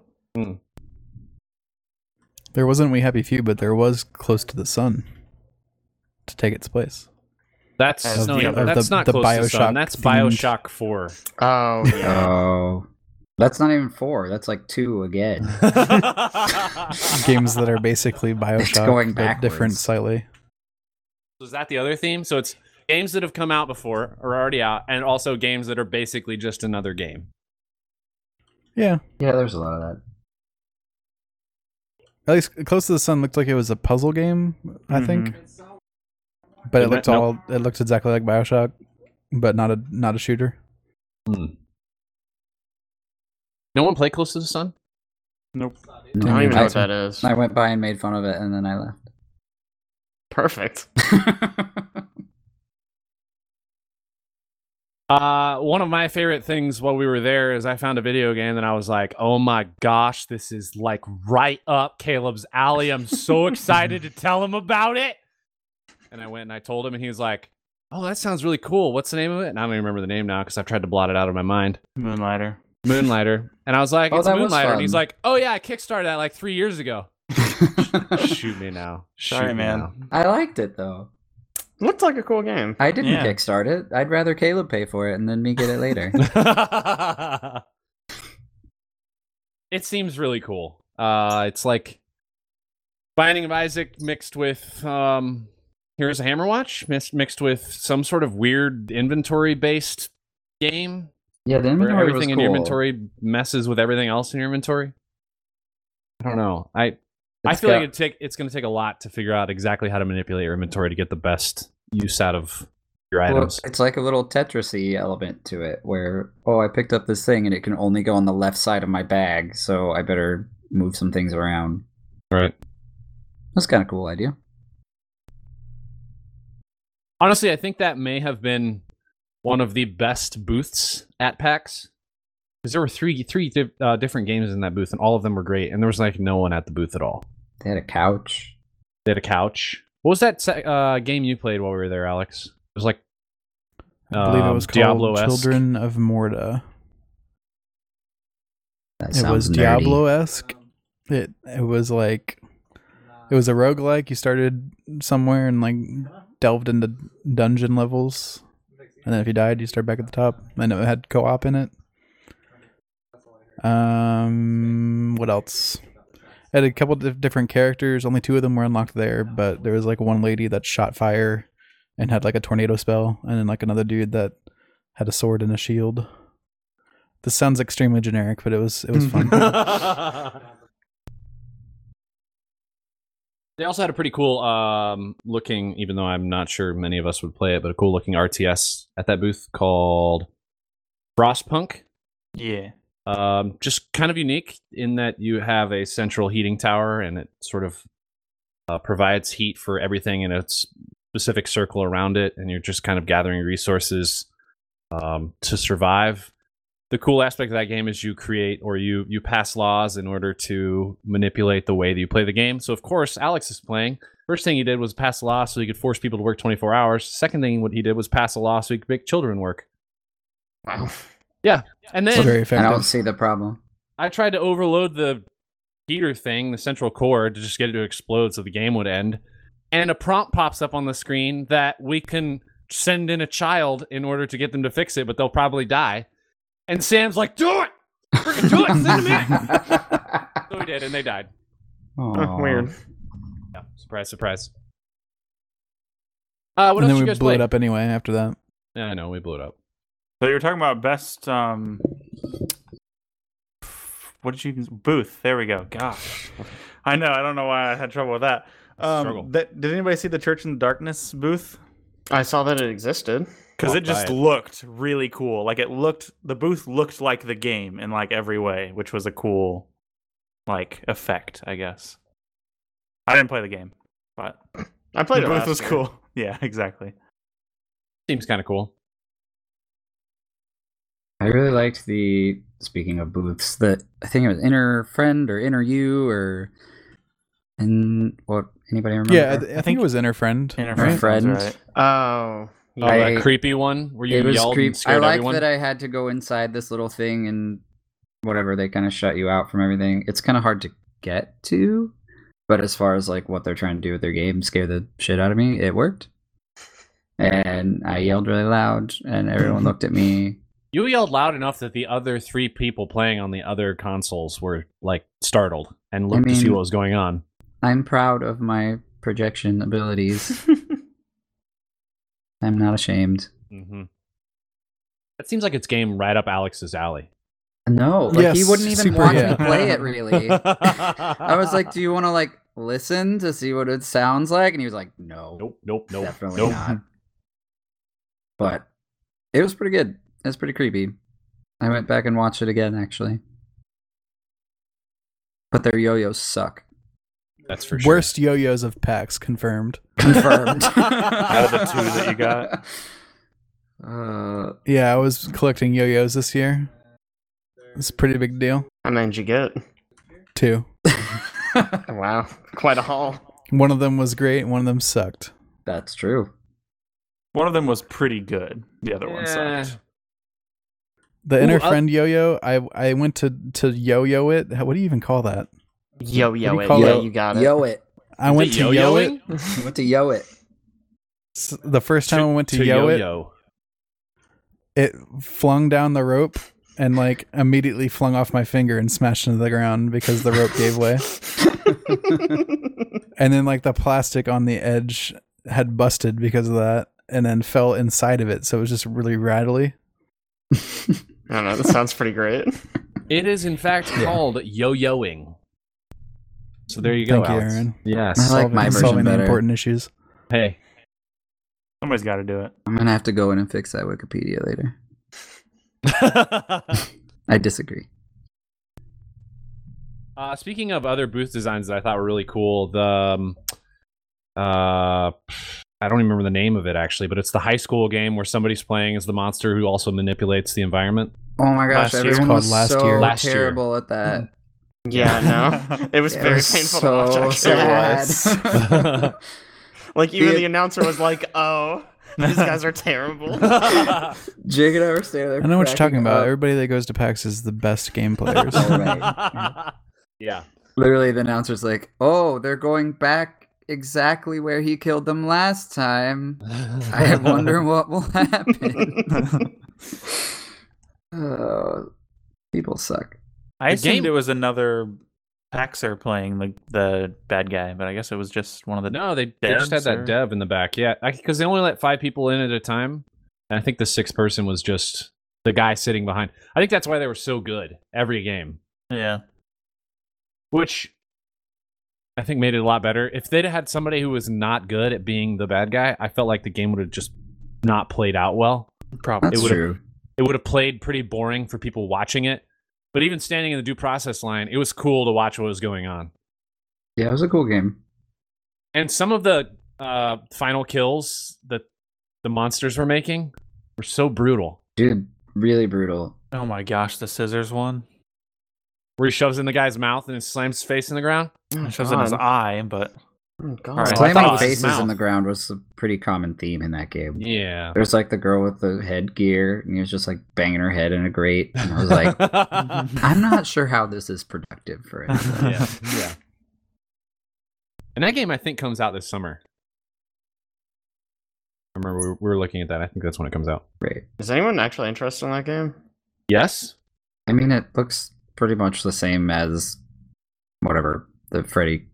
S5: There wasn't We Happy Few, but there was Close to the Sun to take its place.
S1: That's
S2: As
S1: no,
S2: the
S1: yeah,
S2: other-
S1: that's
S5: the-
S1: not
S5: the
S1: close to
S5: Bioshock
S1: sun. That's
S5: themed-
S1: Bioshock Four.
S2: Oh yeah.
S4: Oh. That's not even four. That's like two again.
S5: Games that are basically Bioshock,
S4: going
S5: but different
S4: backwards.
S5: slightly.
S1: So is that the other theme? So it's games that have come out before or already out, and also games that are basically just another game.
S5: Yeah.
S4: Yeah, there's a lot of that.
S5: At least Close to the Sun looked like it was a puzzle game,
S4: Mm-hmm.
S5: I think. But
S3: Didn't
S5: it looked
S3: it? Nope.
S5: all it looked exactly like BioShock, but not a not a shooter.
S1: No one play Close to the Sun?
S3: Nope.
S2: I don't even know what that is.
S4: I went by and made fun of it, and then I left.
S2: Perfect.
S1: Uh, one of my favorite things while we were there is I found a video game and I was like, oh my gosh, this is like right up Caleb's alley. I'm so excited to tell him about it. And I went and I told him, and he was like, oh, that sounds really cool. What's the name of it? And I don't even remember the name now because I've tried to blot it out of my mind.
S3: Moonlighter.
S1: Moonlighter. And I was like,
S4: Oh,
S1: it's
S4: that was
S1: Moonlighter. And he's
S4: fun.
S1: like, oh yeah, I kickstarted that like three years ago. Shoot me now.
S3: Sorry,
S1: Shoot me
S3: man.
S1: now.
S4: I liked it though.
S2: Looked like a cool game.
S4: I didn't
S3: Yeah.
S4: kickstart it. I'd rather Caleb pay for it and then me get it later.
S1: it seems really cool. Uh, it's like Binding of Isaac mixed with um, here's a Hammer Watch mis- mixed with some sort of weird inventory based game
S4: yeah, the
S1: where
S4: inventory was
S1: everything
S4: cool.
S1: in your inventory messes with everything else in your inventory. I don't know. I I
S4: It's
S1: feel
S4: got-
S1: like it take it's going to take a lot to figure out exactly how to manipulate your inventory to get the best use out of your
S4: Well,
S1: items.
S4: it's like a little Tetrisy element to it, where oh, I picked up this thing and it can only go on the left side of my bag, so I better move some things around.
S1: Right.
S4: That's kind of cool idea.
S1: Honestly, I think that may have been one of the best booths at PAX because there were three three di- uh, different games in that booth, and all of them were great. And there was like no one at the booth at all.
S4: They had a couch.
S1: They had a couch. What was that se- uh, game you played while we were there, Alex? It was like
S5: I believe it
S1: Um,
S5: was called
S1: Diablo-esque.
S5: Children of Morta.
S4: That
S5: It was
S4: sounds nerdy.
S5: Diablo esque. It it was like it was a roguelike. You started somewhere and like delved into dungeon levels. And then if you died you start back at the top. And it had co op in it. Um what else? It had a couple of different characters, only two of them were unlocked there, but there was like one lady that shot fire and had like a tornado spell, and then like another dude that had a sword and a shield. This sounds extremely generic, but it was it was fun.
S1: They also had a pretty cool um, looking, even though I'm not sure many of us would play it, but a cool looking RTS at that booth called Frostpunk.
S3: Yeah.
S1: um, just kind of unique in that you have a central heating tower and it sort of uh, provides heat for everything in a s- specific circle around it and you're just kind of gathering resources um, to survive the cool aspect of that game is you create or you you pass laws in order to manipulate the way that you play the game so of course alex is playing first thing he did was pass a law so he could force people to work 24 hours second thing what he did was pass a law so he could make children work
S2: Wow.
S1: and
S5: It's
S1: then
S4: I
S5: very
S4: don't
S5: effective.
S4: see the problem.
S1: I tried to overload the heater thing, the central core, to just get it to explode so the game would end. And a prompt pops up on the screen that we can send in a child in order to get them to fix it, but they'll probably die. And Sam's like, do it! Freaking do it! Send them in! So we did, and they died.
S2: Huh,
S4: Aw.
S2: Weird.
S1: Yeah, surprise, surprise. Uh, what else
S5: and then
S1: you
S5: we
S1: guys
S5: blew
S1: played?
S5: it up anyway after that.
S1: Yeah, I know, we blew it up.
S3: So you were talking about best. um What did you booth? There we go. Gosh, I know. I don't know why I had trouble with that.
S1: That's a struggle.
S3: Um, that did anybody see the Church in the Darkness booth?
S2: I saw that it existed.
S3: Because it
S1: Walked by
S3: just
S1: it.
S3: looked really cool. Like it looked, the booth looked like the game in like every way, which was a cool, like effect, I guess. I didn't play the game, but
S2: I played it.
S3: the booth
S2: last
S3: was
S2: year.
S3: cool. Yeah, exactly.
S1: Seems kind of cool.
S4: I really liked the speaking of booths that I think it was inner friend or inner you or and what anybody remember?
S5: Yeah, I, th- I think,
S3: think-
S5: it was Inner Friend.
S4: Friend.
S5: right?
S4: Friend.
S2: Oh.
S1: Oh,
S2: yeah.
S1: that creepy one where you
S4: it was
S1: yelled
S4: creep.
S1: and
S4: I
S1: scared
S4: like
S1: everyone.
S4: that I had to go inside this little thing and whatever they kind of shut you out from everything. It's kind of hard to get to, but as far as like what they're trying to do with their game, scare the shit out of me. It worked, and I yelled really loud, and everyone looked at me.
S1: You yelled loud enough that the other three people playing on the other consoles were like startled and looked to see
S4: mean-
S1: what was going on.
S4: I'm proud of my projection abilities. I'm not ashamed.
S1: Mm-hmm. That seems like it's game right up Alex's alley.
S4: No, like he
S5: Yes,
S4: wouldn't even
S5: super,
S4: watch
S5: yeah.
S4: me play it. Really, I
S1: I
S4: was like, "Do you want to like listen to see what it sounds like?" And he was like, "No,
S1: nope, nope, nope,
S4: definitely
S1: nope.
S4: not." But it was pretty good. It was pretty creepy. I went back and watched it again, actually. But their yo-yos suck.
S1: That's for sure.
S5: Worst yo-yos of PAX confirmed.
S4: Confirmed.
S1: Out
S3: of the two that you got?
S4: Uh,
S5: Yeah, I was collecting yo-yos this year. It's a pretty big deal.
S2: How many did you get?
S5: Two.
S4: Uh,
S2: Wow, quite a haul.
S5: One of them was great. One of them sucked.
S4: that's true.
S3: One of them was pretty good. The other one
S1: Yeah.
S3: sucked.
S5: The
S1: Ooh,
S5: inner
S1: I-
S5: friend yo-yo. I I went to to yo-yo it. How- What do you even call that?
S2: Yo
S5: What
S2: Oh,
S5: do
S2: yo
S5: you
S2: it.
S5: call
S2: Yeah,
S4: it?
S2: you got it.
S4: Yo it.
S5: I went to yo it.
S4: I went to yo it.
S5: S- The first time I went to, yo it, it flung down the rope and like immediately flung off my finger and smashed into the ground because the rope gave way. And then like the plastic on the edge had busted because of that and then fell inside of it. So it was just really rattly.
S2: I don't know. That sounds pretty great.
S1: It is in fact
S5: Yeah.
S1: called yo-yoing. So there you go,
S5: Thank you,
S1: Alex.
S5: Aaron.
S1: Yes.
S4: I like my version
S5: solving
S4: better.
S5: the important issues.
S1: Hey,
S3: Somebody's got to do it.
S4: I'm gonna have to go in and fix that Wikipedia later. I disagree.
S1: Uh, speaking of other booth designs that I thought were really cool, the um, uh, I don't even remember the name of it actually, but it's the high school game where somebody's playing as the monster who also manipulates the environment.
S4: Oh my gosh,
S3: Last year.
S4: everyone
S5: Called
S4: was
S5: last
S4: so
S5: year.
S1: Last year. Mm.
S4: terrible at that.
S2: Yeah, no. It was
S4: It
S2: very
S4: was
S2: painful
S4: so
S2: to watch. Actually.
S4: sad.
S1: was.
S2: Like even
S4: Dude.
S2: the announcer was like, "Oh, these guys are terrible."
S4: Jake and I were standing there.
S5: I know what you're talking
S4: cracking
S5: about.
S4: up.
S5: Everybody that goes to PAX is the best game players.
S4: Oh, right.
S1: Yeah.
S4: Literally, the announcer's like, "Oh, they're going back exactly where he killed them last time. I wonder what will happen." Oh, people suck.
S3: I
S1: The
S3: assumed
S1: game-
S3: it was another Paxer playing the the bad guy, but I guess it was just one of the.
S1: No, they, they just had
S3: Devs
S1: that
S3: or-
S1: dev in the back. Yeah, because they only let five people in at a time, and I think the sixth person was just the guy sitting behind. I think that's why they were so good every game.
S3: Yeah.
S1: which I think made it a lot better. If they'd had somebody who was not good at being the bad guy, I felt like the game would have just not played out well.
S3: Probably.
S4: That's
S1: would've-
S4: true.
S1: It would have played pretty boring for people watching it. But even standing in the due process line, it was cool to watch what was going on.
S4: Yeah, it was a cool game.
S1: And some of the uh, final kills that the monsters were making were so brutal.
S4: Dude, really brutal.
S3: Oh my gosh, the scissors one.
S1: Where he shoves in the guy's mouth and then slams his face in the ground.
S2: Oh,
S3: It shows in his
S2: God.
S3: eye, but
S2: Oh, God.
S3: All right.
S1: I thought it
S4: Slamming
S1: was his
S4: faces
S1: mouth.
S4: in the ground was a pretty common theme in that game.
S1: Yeah.
S4: There's like the girl with the headgear, and he was just like banging her head in a grate. And I was like, I'm not sure how this is productive for him.
S1: yeah. yeah. And that game I think comes out this summer. I remember we were, we were looking at that. I think that's when it comes out.
S4: Great.
S2: Is anyone actually interested in that game?
S1: Yes.
S4: I mean, it looks pretty much the same as whatever the Freddy,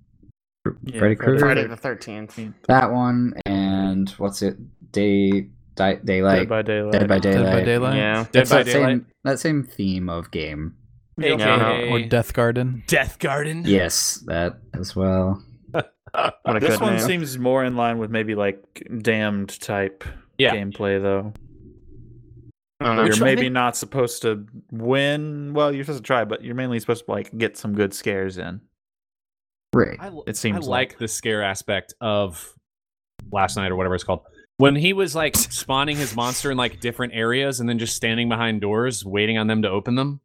S3: Yeah,
S4: Freddy
S3: Freddy-
S4: Krueger,
S2: Friday the Thirteenth.
S4: that one, and what's it? Day, Di-
S3: Dead
S4: daylight,
S3: by Daylight.
S4: Dead by
S5: Dead
S4: Daylight.
S5: by Daylight
S2: Yeah.
S1: Dead
S4: It's
S1: by
S4: that
S1: Daylight.
S4: Same, that same theme of game.
S2: AKA
S5: or Death Garden.
S1: Death Garden.
S4: Yes, that as well.
S2: What a
S3: This
S2: good
S3: one
S2: name.
S3: seems more in line with maybe like damned type
S1: Yeah.
S3: gameplay though.
S2: I don't know.
S3: You're
S1: Which I
S3: maybe
S1: think-
S3: not supposed to win. Well, you're supposed to try, but you're mainly supposed to like get some good scares in.
S4: Right.
S1: I, l-
S3: It seems
S1: I like,
S3: like.
S1: the scare aspect of last night or whatever it's called. When he was like spawning his monster in like different areas and then just standing behind doors waiting on them to open them.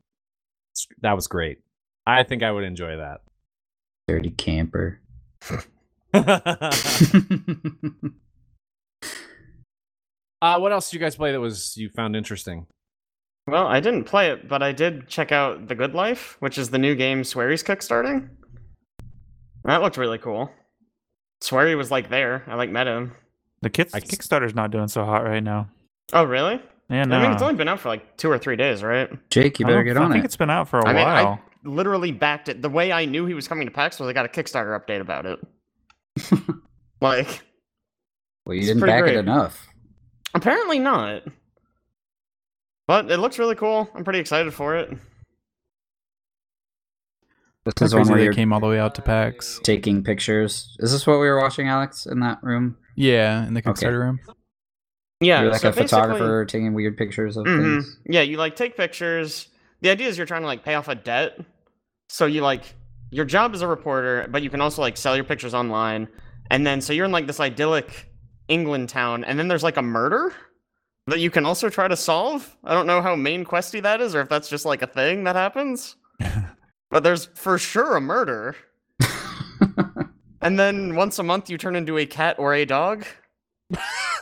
S1: s- That was great. I think I would enjoy
S4: Dirty camper.
S1: that. uh, what else did you guys play that was you found interesting?
S2: Well, I didn't play it, but I did check out The Good Life, which is the new game Sweary's kickstarting. That looked really cool. Sweary was like there. I like met him.
S3: The kids,
S1: I s-
S3: Kickstarter's not doing so hot right now.
S2: Oh, really?
S3: Yeah, no.
S2: I mean, it's only been out for like two or three days, right?
S4: Jake, you
S3: I
S4: better
S3: don't-
S4: get
S3: I
S4: on
S3: think
S4: it.
S3: it's been out for a
S2: I mean, I-
S3: while.
S2: Literally backed it. The way I knew he was coming to PAX was I got a Kickstarter update about it. like,
S4: Well, you
S2: it's
S4: didn't
S2: pretty
S4: back it
S2: great.
S4: enough.
S2: apparently not. But it looks really cool. I'm pretty excited for it.
S4: This
S5: It's
S4: is one
S5: crazy
S4: where
S5: they
S4: you're
S5: came all the way out to PAX.
S4: taking pictures. Is this what we were watching, Alex, in that room?
S5: Yeah, in the
S4: Okay.
S5: Kickstarter room.
S2: Yeah,
S4: You're like
S2: so
S4: a photographer taking weird pictures of
S2: Mhm.
S4: things.
S2: Yeah, you like take pictures. The idea is you're trying to like pay off a debt. So you like your job is a reporter, but you can also like sell your pictures online. And then so you're in like this idyllic England town, and then there's like a murder that you can also try to solve. I don't know how main questy that is, or if that's just like a thing that happens. but there's for sure a murder. And then once a month you turn into a cat or a dog.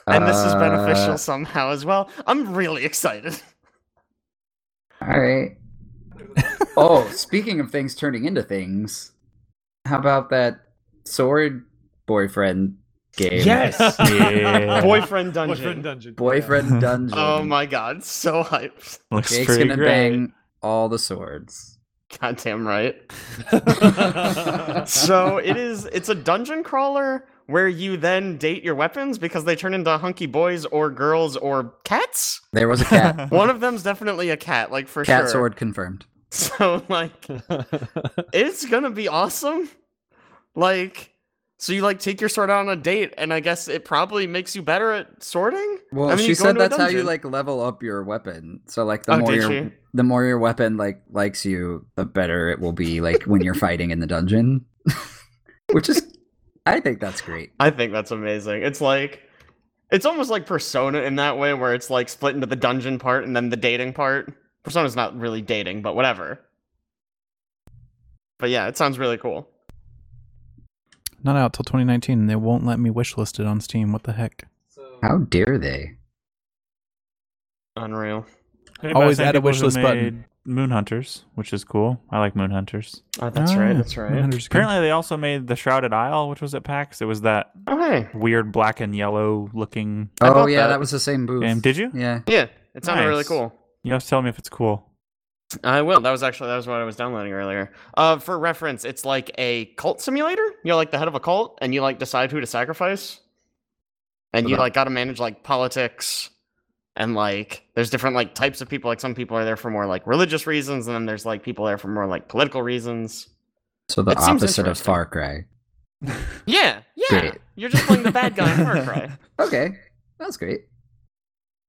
S2: And this
S4: Uh,
S2: is beneficial somehow as well. I'm really excited.
S4: Uh, All right. oh, speaking of things turning into things, how about that sword boyfriend game?
S5: Yeah.
S2: Boyfriend dungeon.
S1: Boyfriend dungeon.
S4: Boyfriend dungeon.
S2: Oh my god, so hyped.
S3: Looks
S4: Jake's
S3: pretty
S4: gonna
S3: great.
S4: bang all the swords.
S2: Goddamn right.
S1: That's
S2: So it is it's a dungeon crawler where you then date your weapons because they turn into hunky boys or girls or cats.
S4: There was a cat.
S2: One of them's definitely a cat, like for
S4: cat
S2: sure.
S4: sword confirmed.
S2: So like it's gonna be awesome. Like so you like take your sword out on a date and I guess it probably makes you better at sorting?
S4: Well,
S2: I mean,
S4: she
S2: you go
S4: said
S2: into a
S4: that's how you
S2: dungeon.
S4: like level up your weapon. So like the
S2: Oh,
S4: more
S2: did
S4: your
S2: she?
S4: the more your weapon like likes you, the better it will be like when you're fighting in the dungeon. Which is I think that's great.
S2: I think that's amazing. It's like it's almost like Persona in that way where it's like split into the dungeon part and then the dating part. Persona's not really dating, but whatever. But yeah, it sounds really cool.
S5: Not out till 2019, and they won't let me wishlist it on Steam. What the heck?
S4: How dare they?
S2: Unreal.
S3: Made by
S5: Always
S3: the same
S5: add a
S3: people
S5: wish
S3: who
S5: list button.
S3: made Moon Hunters, which is cool. I like Moon Hunters.
S2: Oh, that's right,
S5: Ah,
S2: that's right.
S5: 100 is good.
S3: Apparently, they also made the Shrouded Isle, which was at PAX. It was that
S2: Okay.
S3: weird black and yellow looking
S2: I
S4: Oh
S2: bought
S4: yeah, that.
S2: that.
S4: was the same booth.
S3: game. Did you?
S4: yeah.
S2: Yeah, it sounded really
S3: Nice.
S2: cool.
S3: You have to tell me if it's cool.
S2: I will. That was actually that was what I was downloading earlier. Uh, for reference, it's like a cult simulator. You're like the head of a cult, and you like decide who to sacrifice, and you
S4: Okay.
S2: like got to manage like politics, and like there's different like types of people. Like some people are there for more like religious reasons, and then there's like people there for more like political reasons.
S4: So the
S2: It seems
S4: opposite of
S2: interesting.
S4: Far Cry.
S2: Yeah, yeah.
S4: Great.
S2: You're just playing the bad guy in Far Cry.
S4: Okay. That's great.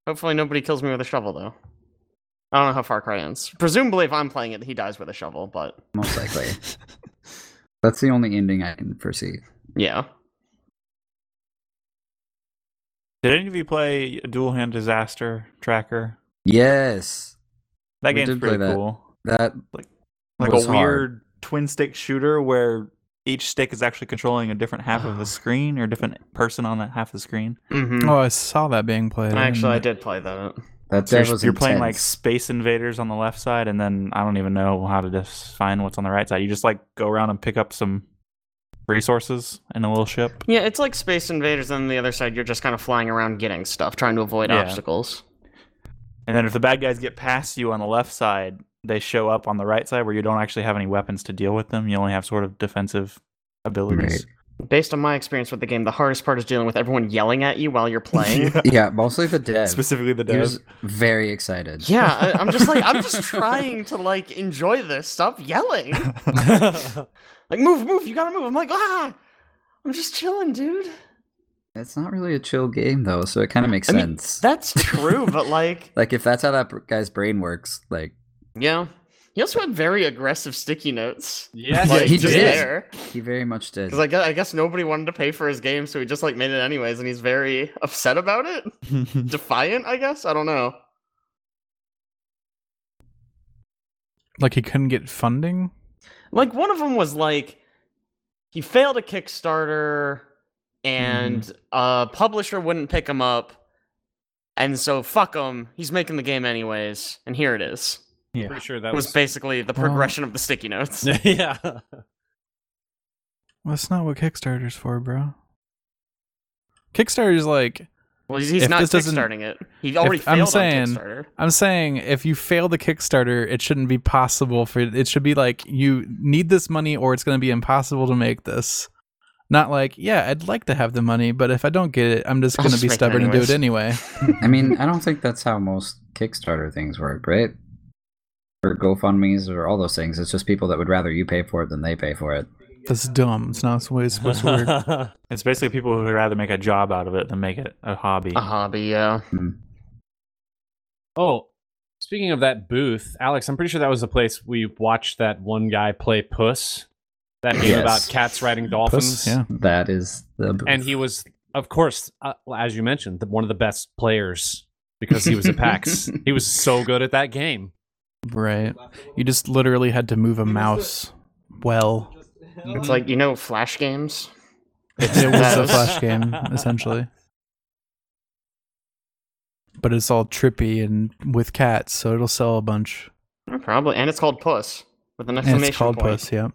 S2: Hopefully, nobody kills me with a shovel though. I don't know how Far Cry ends. Presumably, if I'm playing it, he dies with a shovel. But
S4: Most likely. that's the only ending I can foresee.
S2: yeah.
S3: Did any of you play Dual Hand Disaster Tracker?
S4: Yes.
S3: That
S4: We
S3: game's
S4: did
S3: pretty
S4: play that.
S3: cool.
S4: That
S3: Like
S4: was
S3: a
S4: hard.
S3: weird twin stick shooter where each stick is actually controlling a different half of the screen or a different person on that half of the screen.
S2: Mm-hmm.
S5: Oh, I saw that being played.
S2: Actually, I
S5: didn't-
S2: did play that.
S4: that
S3: So
S4: that
S3: you're
S4: was
S3: you're playing like
S4: intense.
S3: Space Invaders on the left side, and then I don't even know how to define what's on the right side. You just like go around and pick up some resources in a little ship.
S2: Yeah, it's like Space Invaders, and on the other side, you're just kind of flying around getting stuff, trying to avoid
S3: Yeah.
S2: obstacles.
S3: And then if the bad guys get past you on the left side, they show up on the right side where you don't actually have any weapons to deal with them. You only have sort of defensive abilities.
S2: Based on my experience with the game, the hardest part is dealing with everyone yelling at you while you're playing. yeah,
S4: Yeah, mostly the dev.
S3: Specifically the
S4: He
S3: devs.
S4: was very excited.
S2: I, I'm just like, I'm just trying to like enjoy this. Stop yelling! Like, move, move! You gotta move! I'm like, ah! I'm just chilling, dude.
S4: It's not really a chill game though, so it kind of makes
S2: I mean,
S4: sense.
S2: That's true, but like,
S4: like if that's how that br- guy's brain works, like
S2: yeah. He also had very aggressive sticky notes.
S1: yes,
S4: Yeah,
S2: Like,
S4: he
S2: just
S4: did.
S2: There.
S4: he very much did.
S2: Because I guess, I guess nobody wanted to pay for his game, so he just like made it anyways, and he's very upset about it. Defiant, I guess. I don't know.
S5: like he couldn't get funding.
S2: Like one of them was like he failed a Kickstarter, and a publisher wouldn't pick him up, and so fuck him. He's making the game anyways, and here it is.
S3: yeah.
S1: Pretty sure that
S2: That was,
S1: was.
S2: basically the
S5: Well-
S2: progression of the sticky notes.
S1: yeah.
S5: Well, that's not what Kickstarter's for, bro. Kickstarter's like
S2: Well, he's, he's
S5: If
S2: not
S5: this doesn't-
S2: kickstarting it. He already
S5: if-
S2: failed
S5: I'm
S2: on
S5: saying-
S2: Kickstarter.
S5: I'm saying if you fail the Kickstarter, it shouldn't be possible for it should be like you need this money or it's going to be impossible to make this. Not like, yeah, I'd like to have the money, but if I don't get it, I'm just
S2: I'll
S5: going to
S2: just
S5: be
S2: make it
S5: stubborn and do it
S2: anyways."
S5: anyway.
S4: I mean, I don't think that's how most Kickstarter things work, right? or GoFundmes or all those things. It's just people that would rather you pay for it than they pay for it.
S5: That's dumb. It's not the way it's supposed to work.
S3: It's basically people who would rather make a job out of it than make it a hobby.
S2: A hobby, yeah.
S4: Hmm.
S1: Oh, speaking of that booth, Alex, I'm pretty sure that was the place we watched that one guy play Puss, that game
S4: Yes.
S1: about cats riding dolphins.
S5: Puss, yeah.
S4: That is the
S1: And he was, of course, uh, as you mentioned, the, one of the best players because he was at PAX. he was so good at that game.
S5: Right. You just literally had to move a mouse. Well,
S2: It's like you know, flash games.
S5: it was a
S2: Yes.
S5: flash game essentially, but it's all trippy and with cats, so it'll sell a bunch.
S2: Probably, and it's called Puss with an
S5: And
S2: exclamation
S5: it's called
S2: point.
S5: Puss. Yeah.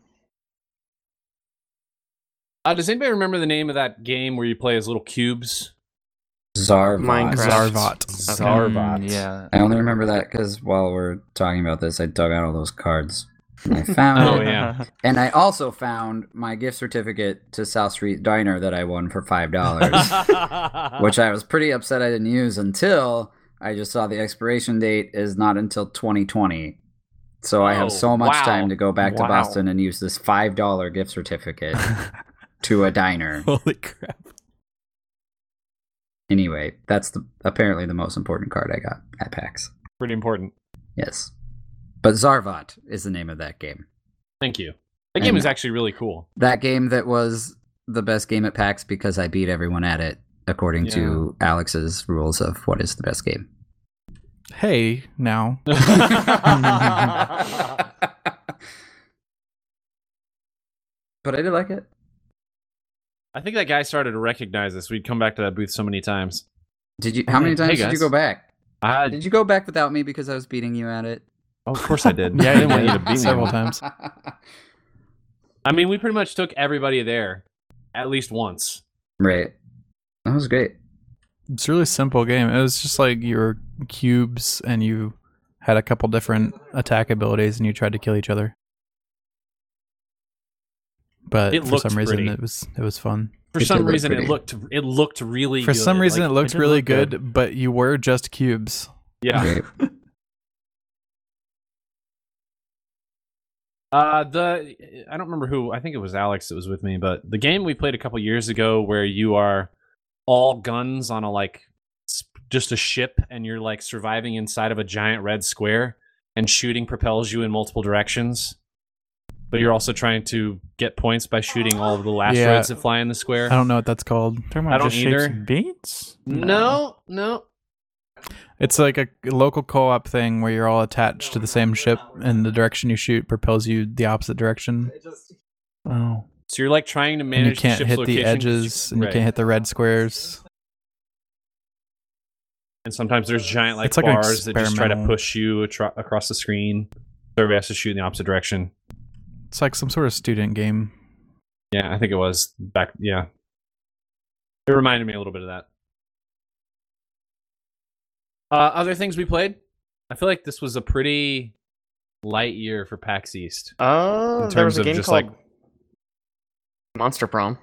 S1: Uh, does anybody remember the name of that game where you play as little cubes?
S4: Zarvot.
S2: Minecraft.
S5: Zarvot.
S2: Okay.
S1: Zarvot.
S3: Mm, yeah.
S4: I only remember that because while we're talking about this, I dug out all those cards. And I found
S1: Oh,
S4: it.
S1: yeah.
S4: And I also found my gift certificate to South Street Diner that I won for five dollars, which
S1: Ah.
S4: I was pretty upset I didn't use until I just saw the expiration date is not until 2020. So I
S1: Oh,
S4: have so much
S1: wow.
S4: time to go back to
S3: Wow.
S4: Boston and use this five dollar gift certificate to a diner.
S5: Holy crap!
S4: Anyway, that's the apparently the most important card I got at PAX.
S1: Pretty important.
S4: Yes, but Zarvat is the name of that game.
S1: Thank you. That game
S4: And-
S1: is actually really cool.
S4: that game that was the best game at PAX because I beat everyone at it, according to Alex's rules of what is the best game.
S5: Hey, now
S4: But I did like it.
S1: I think that guy started to recognize us. We'd come back to that booth so many times.
S4: Did you? How many
S1: Hey,
S4: times did
S1: guys.
S4: you go back?
S1: I,
S4: Did you go back without me because I was beating you at it?
S1: oh, of course I did.
S5: Yeah, I didn't want
S1: you
S5: to beat me. Several times.
S1: I mean, we pretty much took everybody there at least once.
S4: Right. That was great.
S5: it's a really simple game. It was just like your cubes, and you had a couple different attack abilities, and you tried to kill each other. But
S1: It
S5: for
S1: looked
S5: some reason,
S1: pretty.
S5: it was it was fun.
S1: For
S4: It did
S1: some
S4: look
S1: reason, it
S4: pretty.
S1: looked it looked really.
S5: For
S1: good.
S5: some reason,
S1: Like,
S5: it looked
S3: did
S5: really
S3: look
S5: good,
S3: good.
S5: but you were just cubes.
S1: yeah.
S4: Great.
S1: Uh, the I don't remember who. I think it was Alex that was with me. But the game we played a couple years ago, where you are all guns on a like s- just a ship, and you're like surviving inside of a giant red square, and shooting propels you in multiple directions. But you're also trying to get points by shooting all of the asteroids that fly in the square.
S5: I don't know what that's called.
S3: Talking
S1: I
S3: about
S1: don't
S3: just shapes
S1: either.
S3: and beats?
S1: no, no.
S5: It's like a local co-op thing where you're all attached to the same ship, and the direction you shoot propels you the opposite direction.
S3: Oh.
S1: So you're like trying to manage
S5: And you can't
S1: the ship's
S5: hit
S1: location
S5: the
S1: 'cause you-
S5: edges, and you
S1: right.
S5: can't hit the red squares.
S1: And sometimes there's giant like
S5: It's like an
S1: bars that just try to
S5: experimental-
S1: push you atro- across the screen. So everybody has to shoot in the opposite direction.
S5: It's like some sort of student game.
S1: Yeah, I think it was back. Yeah, it reminded me a little bit of that. Uh, other things we played, I feel like this was a pretty light year for PAX East.
S2: Oh,
S1: In
S2: there was
S1: terms
S2: a
S1: of
S2: game
S1: just,
S2: called
S1: like-
S2: Monster Prom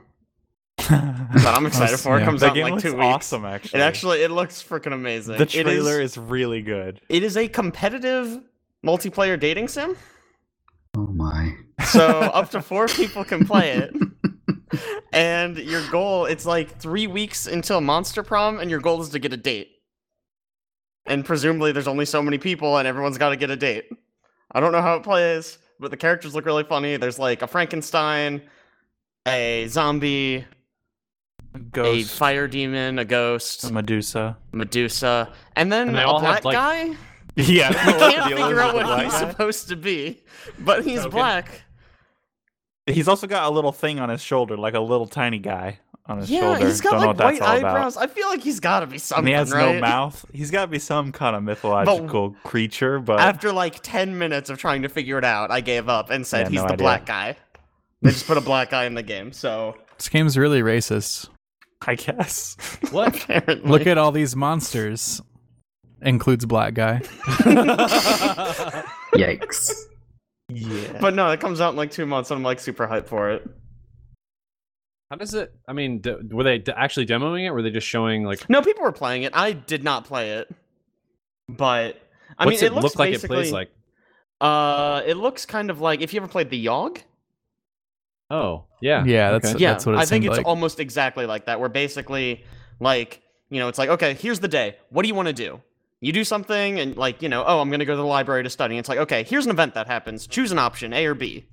S5: that
S2: that I'm excited for. It
S5: Yeah.
S2: comes
S3: That
S2: out in
S3: game
S2: like
S3: looks
S2: two weeks.
S3: awesome, actually.
S2: It actually it looks freaking amazing.
S3: the trailer
S2: it is,
S3: is really good.
S2: it is a competitive multiplayer dating sim.
S4: Oh my.
S2: So up to four people can play it. And your goal it's like three weeks until Monster Prom, and your goal is to get a date. And presumably there's only so many people and everyone's gotta get a date. I don't know how it plays, but the characters look really funny. There's like a Frankenstein, a zombie, a
S3: Ghost,
S2: fire demon, a ghost,
S3: Medusa.
S2: Medusa, and
S1: Mm-hmm.
S2: then
S1: And they
S2: a
S1: all
S2: black
S1: have, like-
S2: guy.
S3: Yeah, I
S2: We
S3: don't know what
S2: can't
S3: the deal
S2: figure
S3: is
S2: out
S3: with
S2: what
S3: the
S2: he's
S3: black guy.
S2: supposed to be, but he's
S3: Okay.
S2: black.
S3: He's also got a little thing on his shoulder, like a little tiny guy on his
S2: Yeah,
S3: shoulder.
S2: he's got
S3: Don't know
S2: like
S3: what that's
S2: white
S3: all about.
S2: eyebrows. I feel like he's got to be something.
S3: and he has
S2: right?
S3: no mouth. He's got to be some kind of mythological creature, but
S2: After like ten minutes of trying to figure it out, I gave up and said
S3: Yeah,
S2: he's
S3: no
S2: the
S3: idea.
S2: black guy. They just put a black guy in the game, so
S5: This game's really racist.
S3: I guess.
S1: What?
S2: apparently.
S5: Look at all these monsters. Includes black guy.
S4: Yikes.
S3: yeah.
S2: But no, it comes out in like two months, and I'm like super hyped for it.
S1: How does it? I mean, d- were they d- actually demoing it? Or were they just showing like?
S2: No, people were playing it. I did not play it, but I
S1: what's
S2: mean,
S1: it,
S2: looks
S1: look like it plays
S2: basically-
S1: like?
S2: Uh, it looks kind of like if you ever played the Yogg.
S1: Oh, yeah.
S5: that's
S1: Okay.
S2: yeah,
S5: that's what it
S2: I think
S5: seemed
S2: it's
S5: like.
S2: almost exactly like that. Where basically, like, you know, it's like, okay, here's the day. What do you want to do? You do something, and like, you know, oh, I'm gonna go to the library to study. It's like, okay, here's an event that happens. Choose an option, A or B.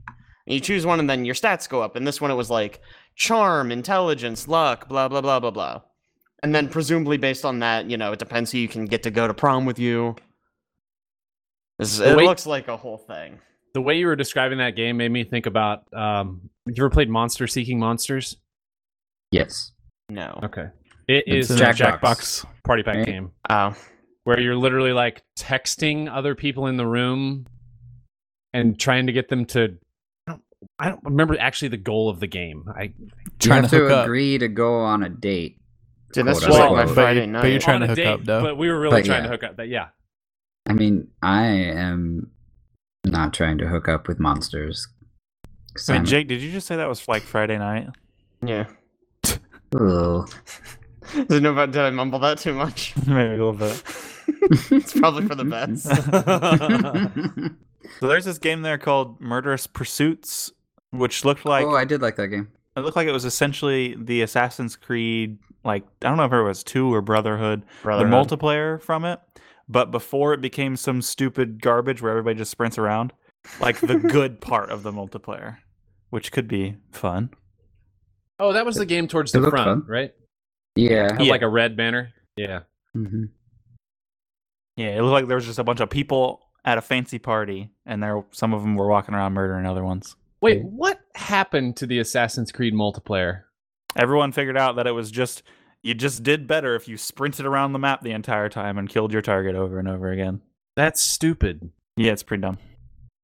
S2: And you choose one, and then your stats go up. And this one, it was like charm, intelligence, luck, blah blah blah blah blah. And then presumably based on that, you know, it depends who you can get to go to prom with you. This is-
S1: The
S2: it
S1: way-
S2: looks like a whole thing.
S1: The way you were describing that game made me think about. Um, you ever played Monster Seeking Monsters?
S4: Yes.
S2: No.
S1: Okay. It
S5: It's
S1: is
S5: in a
S1: a
S4: Jackbox.
S1: Jackbox party pack
S4: Right?
S1: game
S2: Oh.
S1: where you're literally like texting other people in the room and trying to get them to. I don't, I don't remember actually the goal of the game. I
S5: trying
S4: you have
S5: to
S4: to,
S5: hook up.
S4: agree to go on a date.
S2: Dude, this
S4: Quote
S2: was like
S1: unquote.
S2: my
S1: But you-
S2: Friday
S5: but
S2: night.
S5: you try- Trying
S1: on
S5: to
S1: a
S5: hook up,
S1: date,
S5: though.
S1: but we were really
S4: But
S1: trying to
S4: yeah.
S1: hook up. But yeah,
S4: I mean, I am not trying to hook up with monsters. 'Cause
S3: I mean,
S4: I'm-
S3: Jake, did you just say that was like Friday night?
S2: yeah.
S4: Ugh.
S2: Did, know about, did I mumble that too much?
S3: Maybe a little bit.
S2: it's probably for the best.
S3: so there's this game there called Murderous Pursuits, which looked like
S4: oh, I did like that game.
S3: it looked like it was essentially the Assassin's Creed, like I don't know if it was two or Brotherhood,
S2: Brother. uh,
S3: the multiplayer from it. But before it became some stupid garbage where everybody just sprints around, like the good part of the multiplayer, which could be fun.
S1: Oh, that was the game towards
S4: It
S1: the
S4: looked
S1: front,
S4: fun.
S1: right?
S4: Yeah.
S1: Had
S3: Yeah.
S1: Like a red banner. Yeah.
S4: hmm
S3: Yeah, it looked like there was just a bunch of people at a fancy party, and there some of them were walking around murdering other ones.
S1: Wait, what happened to the Assassin's Creed multiplayer?
S3: Everyone figured out that it was just you just did better if you sprinted around the map the entire time and killed your target over and over again.
S1: That's stupid.
S3: Yeah, it's pretty dumb.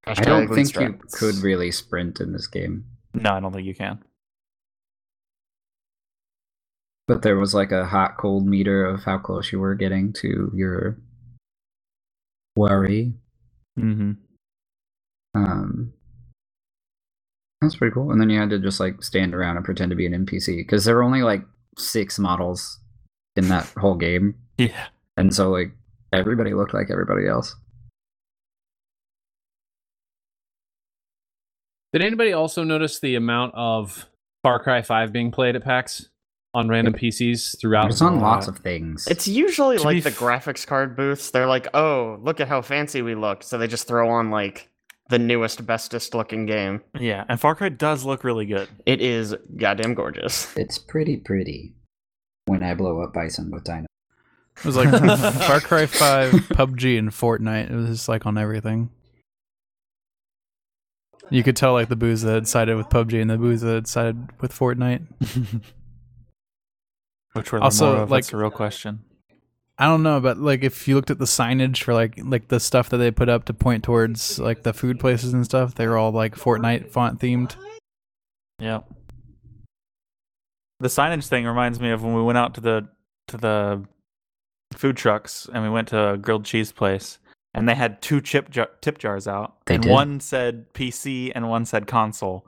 S4: I don't
S2: Hashtag
S4: think you
S2: bootstraps.
S4: could really sprint in this game.
S3: No, I don't think you can.
S4: But there was like a hot cold meter of how close you were getting to your worry.
S3: Mm-hmm.
S4: Um, that's pretty cool. And then you had to just like stand around and pretend to be an NPC because there were only like six models in that whole game,
S3: Yeah.
S4: and so like everybody looked like everybody else.
S1: Did anybody also notice the amount of Far Cry 5 being played at PAX on random PCs throughout?
S4: It's on
S3: wow.
S4: lots of things.
S2: It's usually
S3: To be
S2: like the
S3: f-
S2: graphics card booths. They're like, oh, look at how fancy we look. So they just throw on like the newest, bestest looking game.
S3: Yeah, and Far Cry does look really good.
S2: It is goddamn gorgeous.
S4: it's pretty pretty. When I blow up Bison with dino,
S5: It was like Far Cry Five, PUBG, and Fortnite. It was just like on everything. You could tell like the booze that had sided with PUBG and the booze that had sided with Fortnite.
S3: Which were
S5: Also,
S3: also like
S5: like-
S3: that's a real question.
S5: I don't know, but like if you looked at the signage for like like the stuff that they put up to point towards like the food places and stuff, they were all like Fortnite font themed.
S3: Yeah. The signage thing reminds me of when we went out to the to the food trucks and we went to a grilled cheese place and they had two chip jar- tip jars out
S4: They
S3: and
S4: did.
S3: one said PC and one said console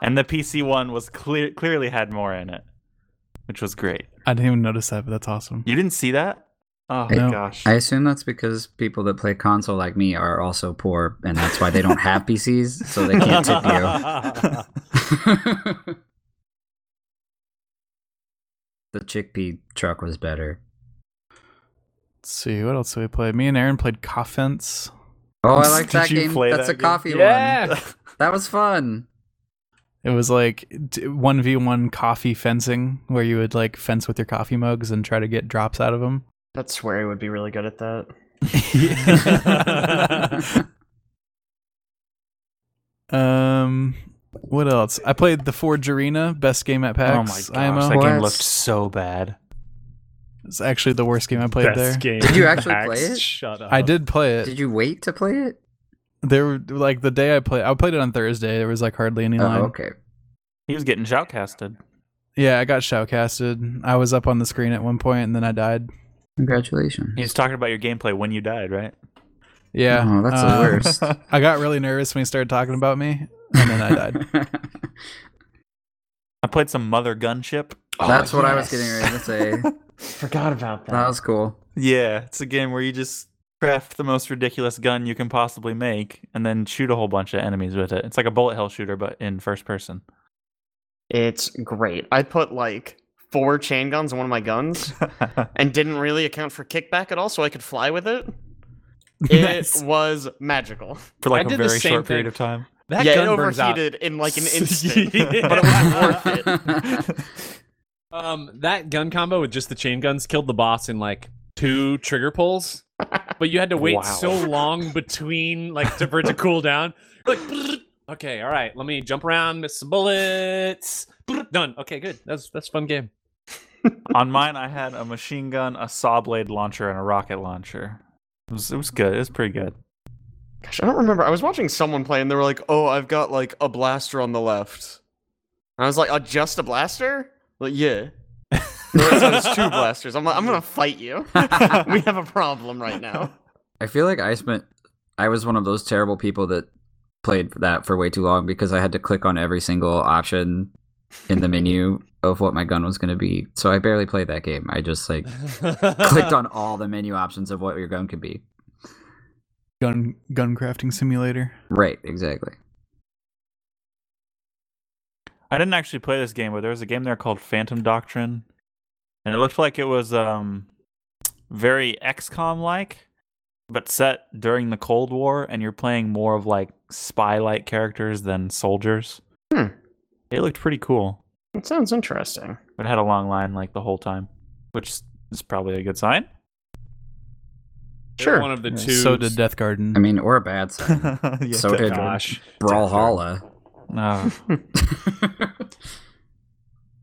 S3: and the PC one was clear clearly had more in it, which was great.
S5: I didn't even notice that, but that's awesome.
S3: You didn't see that? Oh my
S5: No.
S3: gosh!
S4: I assume that's because people that play console like me are also poor, and that's why they don't have PCs, so they can't tip you. the chickpea truck was better.
S5: Let's see what else do we play. Me and Aaron played Coffence.
S4: Oh, I like
S3: Did
S4: that
S3: you
S4: game.
S3: play
S4: That's
S3: that
S4: a
S3: game?
S4: coffee
S1: Yeah.
S4: one. That was fun.
S5: It was like one v one coffee fencing, where you would like fence with your coffee mugs and try to get drops out of them.
S2: That swear he would be really good at that.
S5: Um, what else? I played the Forge Arena, best game at
S3: oh my gosh!
S5: PAX. IMO.
S3: That game
S4: What?
S3: looked so bad.
S5: It's actually the worst game I played there.
S1: game.
S4: Did you actually play
S1: PAX.
S4: it?
S1: Shut up.
S5: I did play it.
S4: Did you wait to play it?
S5: There were like the day I played. I played it on Thursday. There was like hardly any line.
S4: Oh, okay.
S3: He was getting shoutcasted.
S5: Yeah, I got shoutcasted. I was up on the screen at one point, and then I died.
S4: Congratulations.
S3: He was talking about your gameplay when you died, right?
S5: Yeah,
S4: Oh, that's the
S5: uh,
S4: worst.
S5: I got really nervous when he started talking about me, and then I died.
S3: I played some Mother Gunship.
S4: That's what I was getting ready to say.
S2: Forgot about that.
S4: That was cool.
S3: Yeah, it's a game where you just craft the most ridiculous gun you can possibly make and then shoot a whole bunch of enemies with it. It's like a bullet hell shooter, but in first person.
S2: It's great. I put like four chain guns in one of my guns and didn't really account for kickback at all, so I could fly with it. It
S5: Nice.
S2: was magical.
S3: For like
S1: I
S3: a
S1: did the
S3: very
S1: same
S3: short period
S1: thing.
S3: of time.
S1: That
S2: yeah,
S1: gun
S2: it
S1: burns out.
S2: overheated in like an instant, but it
S3: Yeah.
S2: was worth it.
S1: Um, that gun combo with just the chain guns killed the boss in like two trigger pulls, but you had to wait
S3: Wow.
S1: so long between like to, for it to cool down. You're like, "Brrrt. okay, all right, let me jump around, miss some bullets. Brrrt, done. Okay, good. That's that's a fun game.
S3: On mine, I had a machine gun, a saw blade launcher, and a rocket launcher. It was, it was good. It was pretty good.
S2: Gosh, I don't remember. I was watching someone play and they were like, oh, I've got like a blaster on the left. And I was like, uh, just a blaster? Like, yeah. There's two blasters. I'm like, I'm gonna fight you. we have a problem right now.
S4: I feel like I spent. I was one of those terrible people that played that for way too long because I had to click on every single option in the menu of what my gun was going to be. So I barely played that game. I just like clicked on all the menu options of what your gun could be.
S5: gun gun crafting simulator.
S4: Right, exactly.
S3: I didn't actually play this game, but there was a game there called Phantom Doctrine, and it looked like it was um very XCOM like, but set during the Cold War, and you're playing more of like spy like characters than soldiers.
S2: Hmm.
S3: It looked pretty cool,
S2: That sounds interesting.
S3: but it had a long line like the whole time, which is probably a good sign.
S1: They're
S2: Sure.
S1: one of the
S5: Yeah,
S1: two.
S5: So did uh, Death Garden.
S4: I mean, or a bad sign.
S3: Yeah,
S4: So did-
S1: Gosh,
S4: Brawlhalla.
S3: Oh,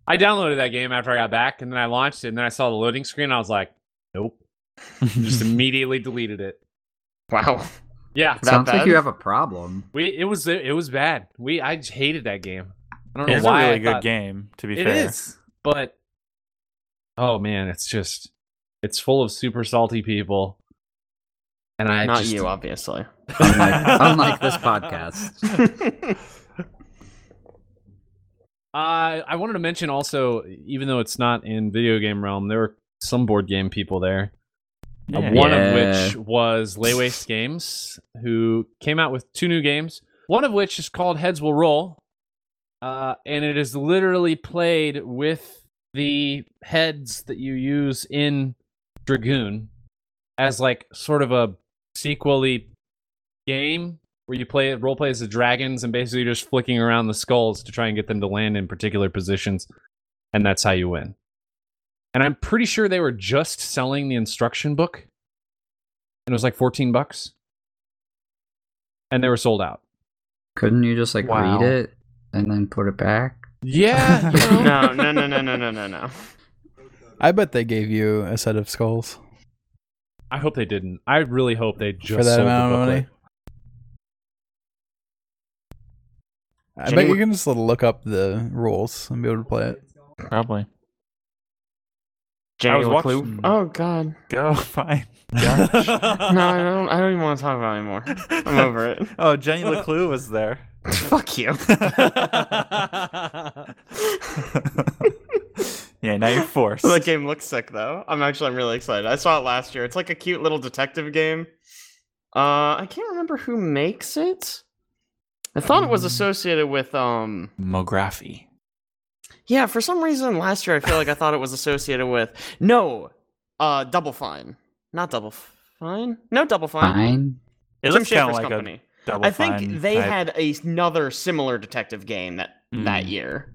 S1: I downloaded that game after I got back, and then I launched it, and then I saw the loading screen. And I was like, nope, just immediately deleted it.
S2: Wow.
S1: Yeah,
S2: That
S4: Sounds like
S2: bad?
S4: you have a problem.
S1: we it was it was bad. We I just hated that game. I don't know
S3: it's a
S1: why.
S3: really
S1: I
S3: good
S1: thought-
S3: game, to be
S1: It
S3: fair.
S1: is, but oh man, it's just it's full of super salty people, and I
S2: Not
S1: just-
S2: you, obviously.
S4: Unlike- unlike this podcast.
S1: Uh, I wanted to mention also, even though it's not in video game realm, there were some board game people there. Uh,
S3: Yeah.
S1: one
S4: Yeah.
S1: of which was Lay Waste Games, who came out with two new games. One of which is called Heads Will Roll, uh, and it is literally played with the heads that you use in Dragoon as like sort of a sequely game where you play role play as the dragons and basically you're just flicking around the skulls to try and get them to land in particular positions, and that's how you win. And I'm pretty sure they were just selling the instruction book. And it was like 14 bucks. And they were sold out.
S4: Couldn't you just like
S3: Wow.
S4: read it and then put it back?
S1: Yeah.
S5: you know.
S2: no, no, no, no, no, no, no, no.
S5: I bet they gave you a set of skulls
S1: I hope they didn't. I really hope they just
S5: for that
S1: sold
S5: amount
S1: the
S5: of
S1: booklet.
S5: money. I bet
S2: Jenny-
S5: you can just look up the rules and be able to play it.
S3: Probably. I was
S2: Janual
S3: watching-
S2: Clue. Oh god.
S3: Go fine.
S2: No, I don't I don't even want to talk about it anymore. I'm over it.
S3: Oh, Jenny LeClue was there.
S2: Fuck you.
S3: yeah, now you're forced.
S2: that game looks sick though. I'm actually I'm really excited. I saw it last year. It's like a cute little detective game. Uh, I can't remember who makes it. I thought it was associated with um
S3: Mography.
S2: yeah, for some reason last year I feel like I thought it was associated with no, uh Double Fine. Not Double Fine. No Double Fine.
S4: Fine.
S3: It
S2: Tim
S3: looks kind of
S2: Schafer's
S3: like
S2: company.
S3: a double
S2: I think
S3: Fine
S2: they
S3: type.
S2: had a- another similar detective game that that
S3: Mm.
S2: year.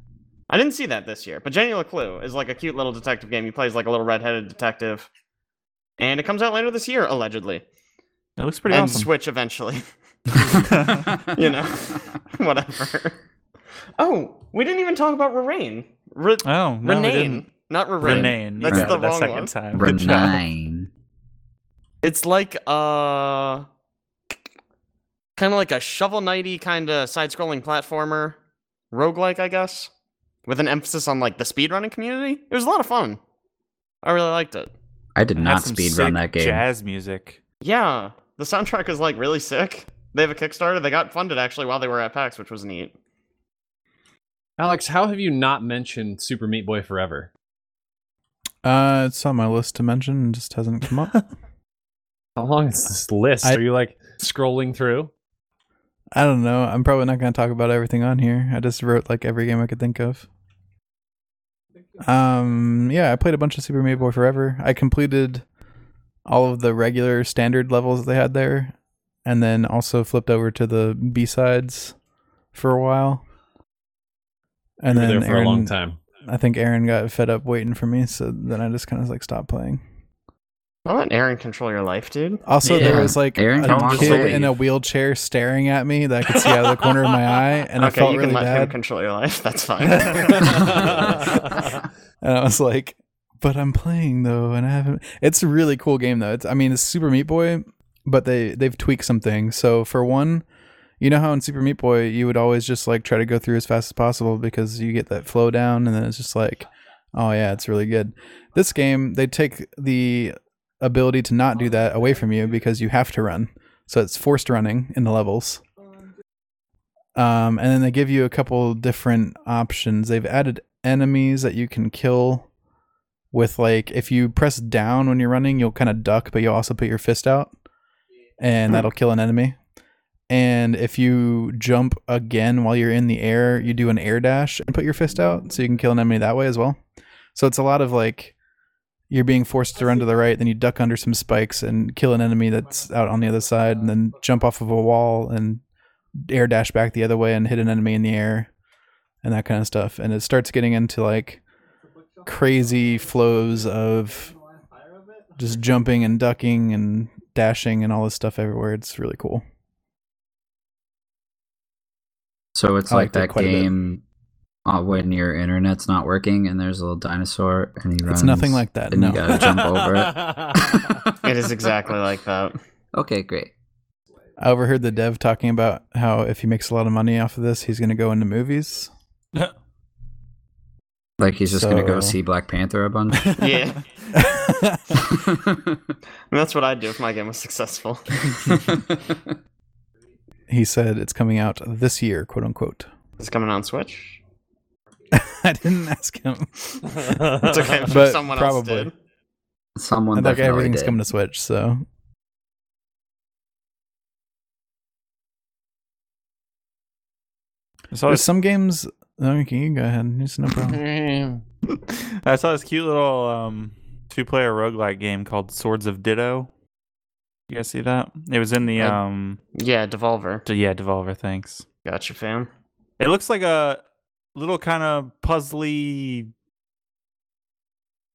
S2: I didn't see that this year, but Genuine Clue is like a cute little detective game. He plays like a little redheaded detective, and it comes out later this year allegedly,
S3: It looks pretty
S2: and
S3: awesome.
S2: Switch eventually. You know. Whatever. Oh, we didn't even talk about Renane. Re-
S3: oh, no, we
S2: Renane,
S3: didn't.
S2: not Renane.
S3: Renane. You
S2: That's
S3: got
S2: the
S3: it that
S2: wrong
S3: second
S2: one.
S3: time. Good job.
S4: Renine.
S2: It's like uh, kind of like a shovel knighty kind of side-scrolling platformer, roguelike, I guess, with an emphasis on like the speedrunning community. It was a lot of fun. I really liked it.
S4: I did
S3: Had
S4: not
S3: some
S4: speed
S3: sick
S4: run that game.
S3: Jazz music.
S2: Yeah, the soundtrack is like really sick. They have a Kickstarter. They got funded actually while they were at PAX, which was neat.
S1: Alex, how have you not mentioned Super Meat Boy Forever?
S5: Uh, it's on my list to mention. It just hasn't come up.
S1: How long is this list?
S5: I-
S1: Are you like scrolling through?
S5: I don't know. I'm probably not going to talk about everything on here. I just wrote like every game I could think of. Um, yeah, I played a bunch of Super Meat Boy Forever. I completed all of the regular standard levels that they had there, and then also flipped over to the B sides for a while. And
S1: you were
S5: then
S1: there for a long
S5: Aaron-
S1: time.
S5: I think Aaron got fed up waiting for me, so then I just kind of like stopped playing.
S2: Don't let Aaron control your life, dude.
S5: Also, there
S4: Yeah.
S5: was like
S4: Aaron
S5: a
S4: can
S3: walk
S5: kid
S3: away.
S5: in a wheelchair staring at me that I could see out of the corner of my eye, and I
S2: okay,
S5: felt
S2: you can
S5: really
S2: let him
S5: bad.
S2: control your life. That's fine.
S1: I
S5: And I was like, "But I'm playing though, and I haven't." It's a really cool game though. It's I mean, it's Super Meat Boy, but they they've tweaked some things. So for one, you know how in Super Meat Boy you would always just like try to go through as fast as possible because you get that flow down, and then it's just like, "Oh yeah, it's really good." This game they take the ability to not do that away from you because you have to run. So it's forced running in the levels. Um, and then they give you a couple different options. They've added enemies that you can kill with like if you press down when you're running, you'll kind of duck, but you'll also put your fist out, and that'll kill an enemy. And if you jump again while you're in the air, you do an air dash and put your fist out, so you can kill an enemy that way as well. So it's a lot of like you're being forced to run to the right, then you duck under some spikes and kill an enemy that's out on the other side, and then jump off of a wall and air dash back the other way and hit an enemy in the air and that kind of stuff. And it starts getting into like crazy flows of just jumping and ducking and dashing and all this stuff everywhere. It's really cool.
S4: So it's
S5: I
S4: like
S5: liked it
S4: that
S5: quite a bit.
S4: game uh, when your internet's not working and there's a little dinosaur and he runs.
S5: It's nothing like that.
S4: and
S5: No.
S4: you gotta jump over it.
S2: it is exactly like that.
S4: Okay, great.
S5: I overheard the dev talking about how if he makes a lot of money off of this, he's going to go into movies.
S4: Like he's just gonna go
S5: So-
S4: see Black Panther a bunch.
S2: Yeah.
S5: I
S2: And that's what I'd do if my game was successful.
S5: he said it's coming out this year, quote unquote.
S2: It's coming on Switch.
S5: I didn't ask him.
S2: It's okay. if
S5: But
S2: someone
S5: probably.
S2: else did.
S4: Someone
S5: I think
S4: definitely
S5: everything's
S4: did.
S5: coming to Switch, so
S3: I saw,
S5: there's
S3: this,
S5: some games. Okay, you can go ahead. It's no problem.
S2: Mm-hmm.
S3: I saw this cute little um, two-player roguelike game called Swords of Ditto. You guys see that? It was in the
S2: I-
S3: um,
S2: Yeah, Devolver.
S3: d- yeah, Devolver. Thanks.
S2: Gotcha, fam.
S3: It looks like a little kind of puzzly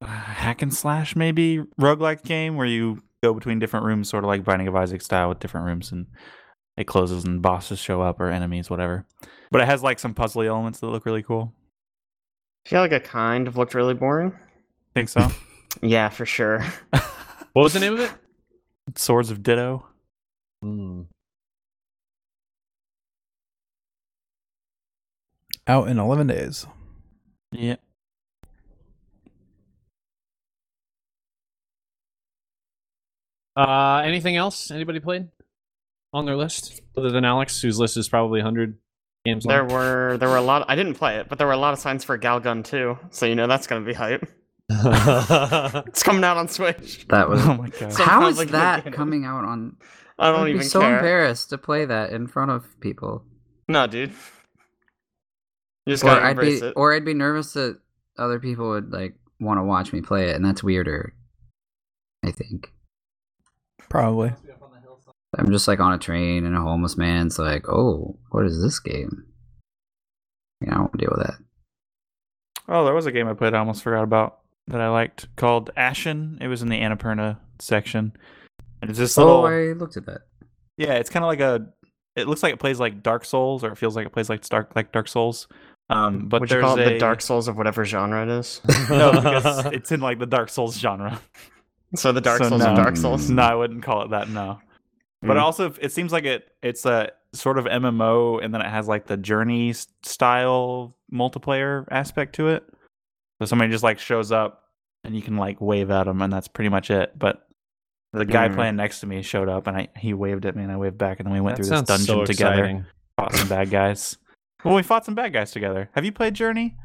S3: uh, hack and slash, maybe roguelike game where you go between different rooms, sort of like Binding of Isaac style, with different rooms and it closes and bosses show up or enemies, whatever. But it has like some puzzly elements that look really cool.
S2: I feel like it kind of looked really boring.
S3: Think so?
S2: Yeah, for sure.
S1: What was the name of it? Hmm.
S3: Swords of Ditto.
S5: out in 11 days.
S3: Yeah.
S1: Uh, anything else anybody played on their list other than Alex, whose list is probably 100 games long?
S2: There were there were a lot. I didn't play it, but there were a lot of signs for Galgun too. So you know that's gonna be hype. It's coming out on Switch.
S4: That was.
S3: Oh my god.
S2: So-
S4: How
S2: Somehow
S4: is
S2: they
S4: that
S2: did it.
S4: coming out on?
S2: I don't
S4: I'd
S2: even
S4: be so
S2: care.
S4: embarrassed to play that in front of people.
S2: No, dude. You just
S4: Or
S2: gotta
S4: I'd
S2: embrace
S4: be,
S2: it.
S4: or I'd be nervous that other people would like want to watch me play it, and that's weirder. I think
S5: Probably.
S4: I'm just like on a train and a homeless man's like, "Oh, what is this game?" You know, I won't deal with that.
S3: Oh, there was a game I played I almost forgot about that I liked called Ashen. It was in the Annapurna section. And it's this little
S4: oh, I looked at that.
S3: Yeah, it's kind of like a. It looks like it plays like Dark Souls, or it feels like it plays like Dark like Dark Souls. Um, but
S2: Would you
S3: there's
S2: call it
S3: a
S2: the Dark Souls of whatever genre it is?
S3: No, because it's in like the Dark Souls genre.
S2: so the Dark
S3: So
S2: Souls
S3: no. mm,
S2: of Dark Souls.
S3: no, I wouldn't call it that. No, but
S2: Mm.
S3: also it seems like it. It's a sort of MMO, and then it has like the journey s- style multiplayer aspect to it. So somebody just like shows up, and you can like wave at them, and that's pretty much it. But the guy
S2: Mm.
S3: playing next to me showed up, and I he waved at me, and I waved back, and then we went
S1: That
S3: through this
S1: sounds so
S3: dungeon together.
S1: exciting.
S3: fought some bad guys. Well, we fought some bad guys together. Have you played Journey?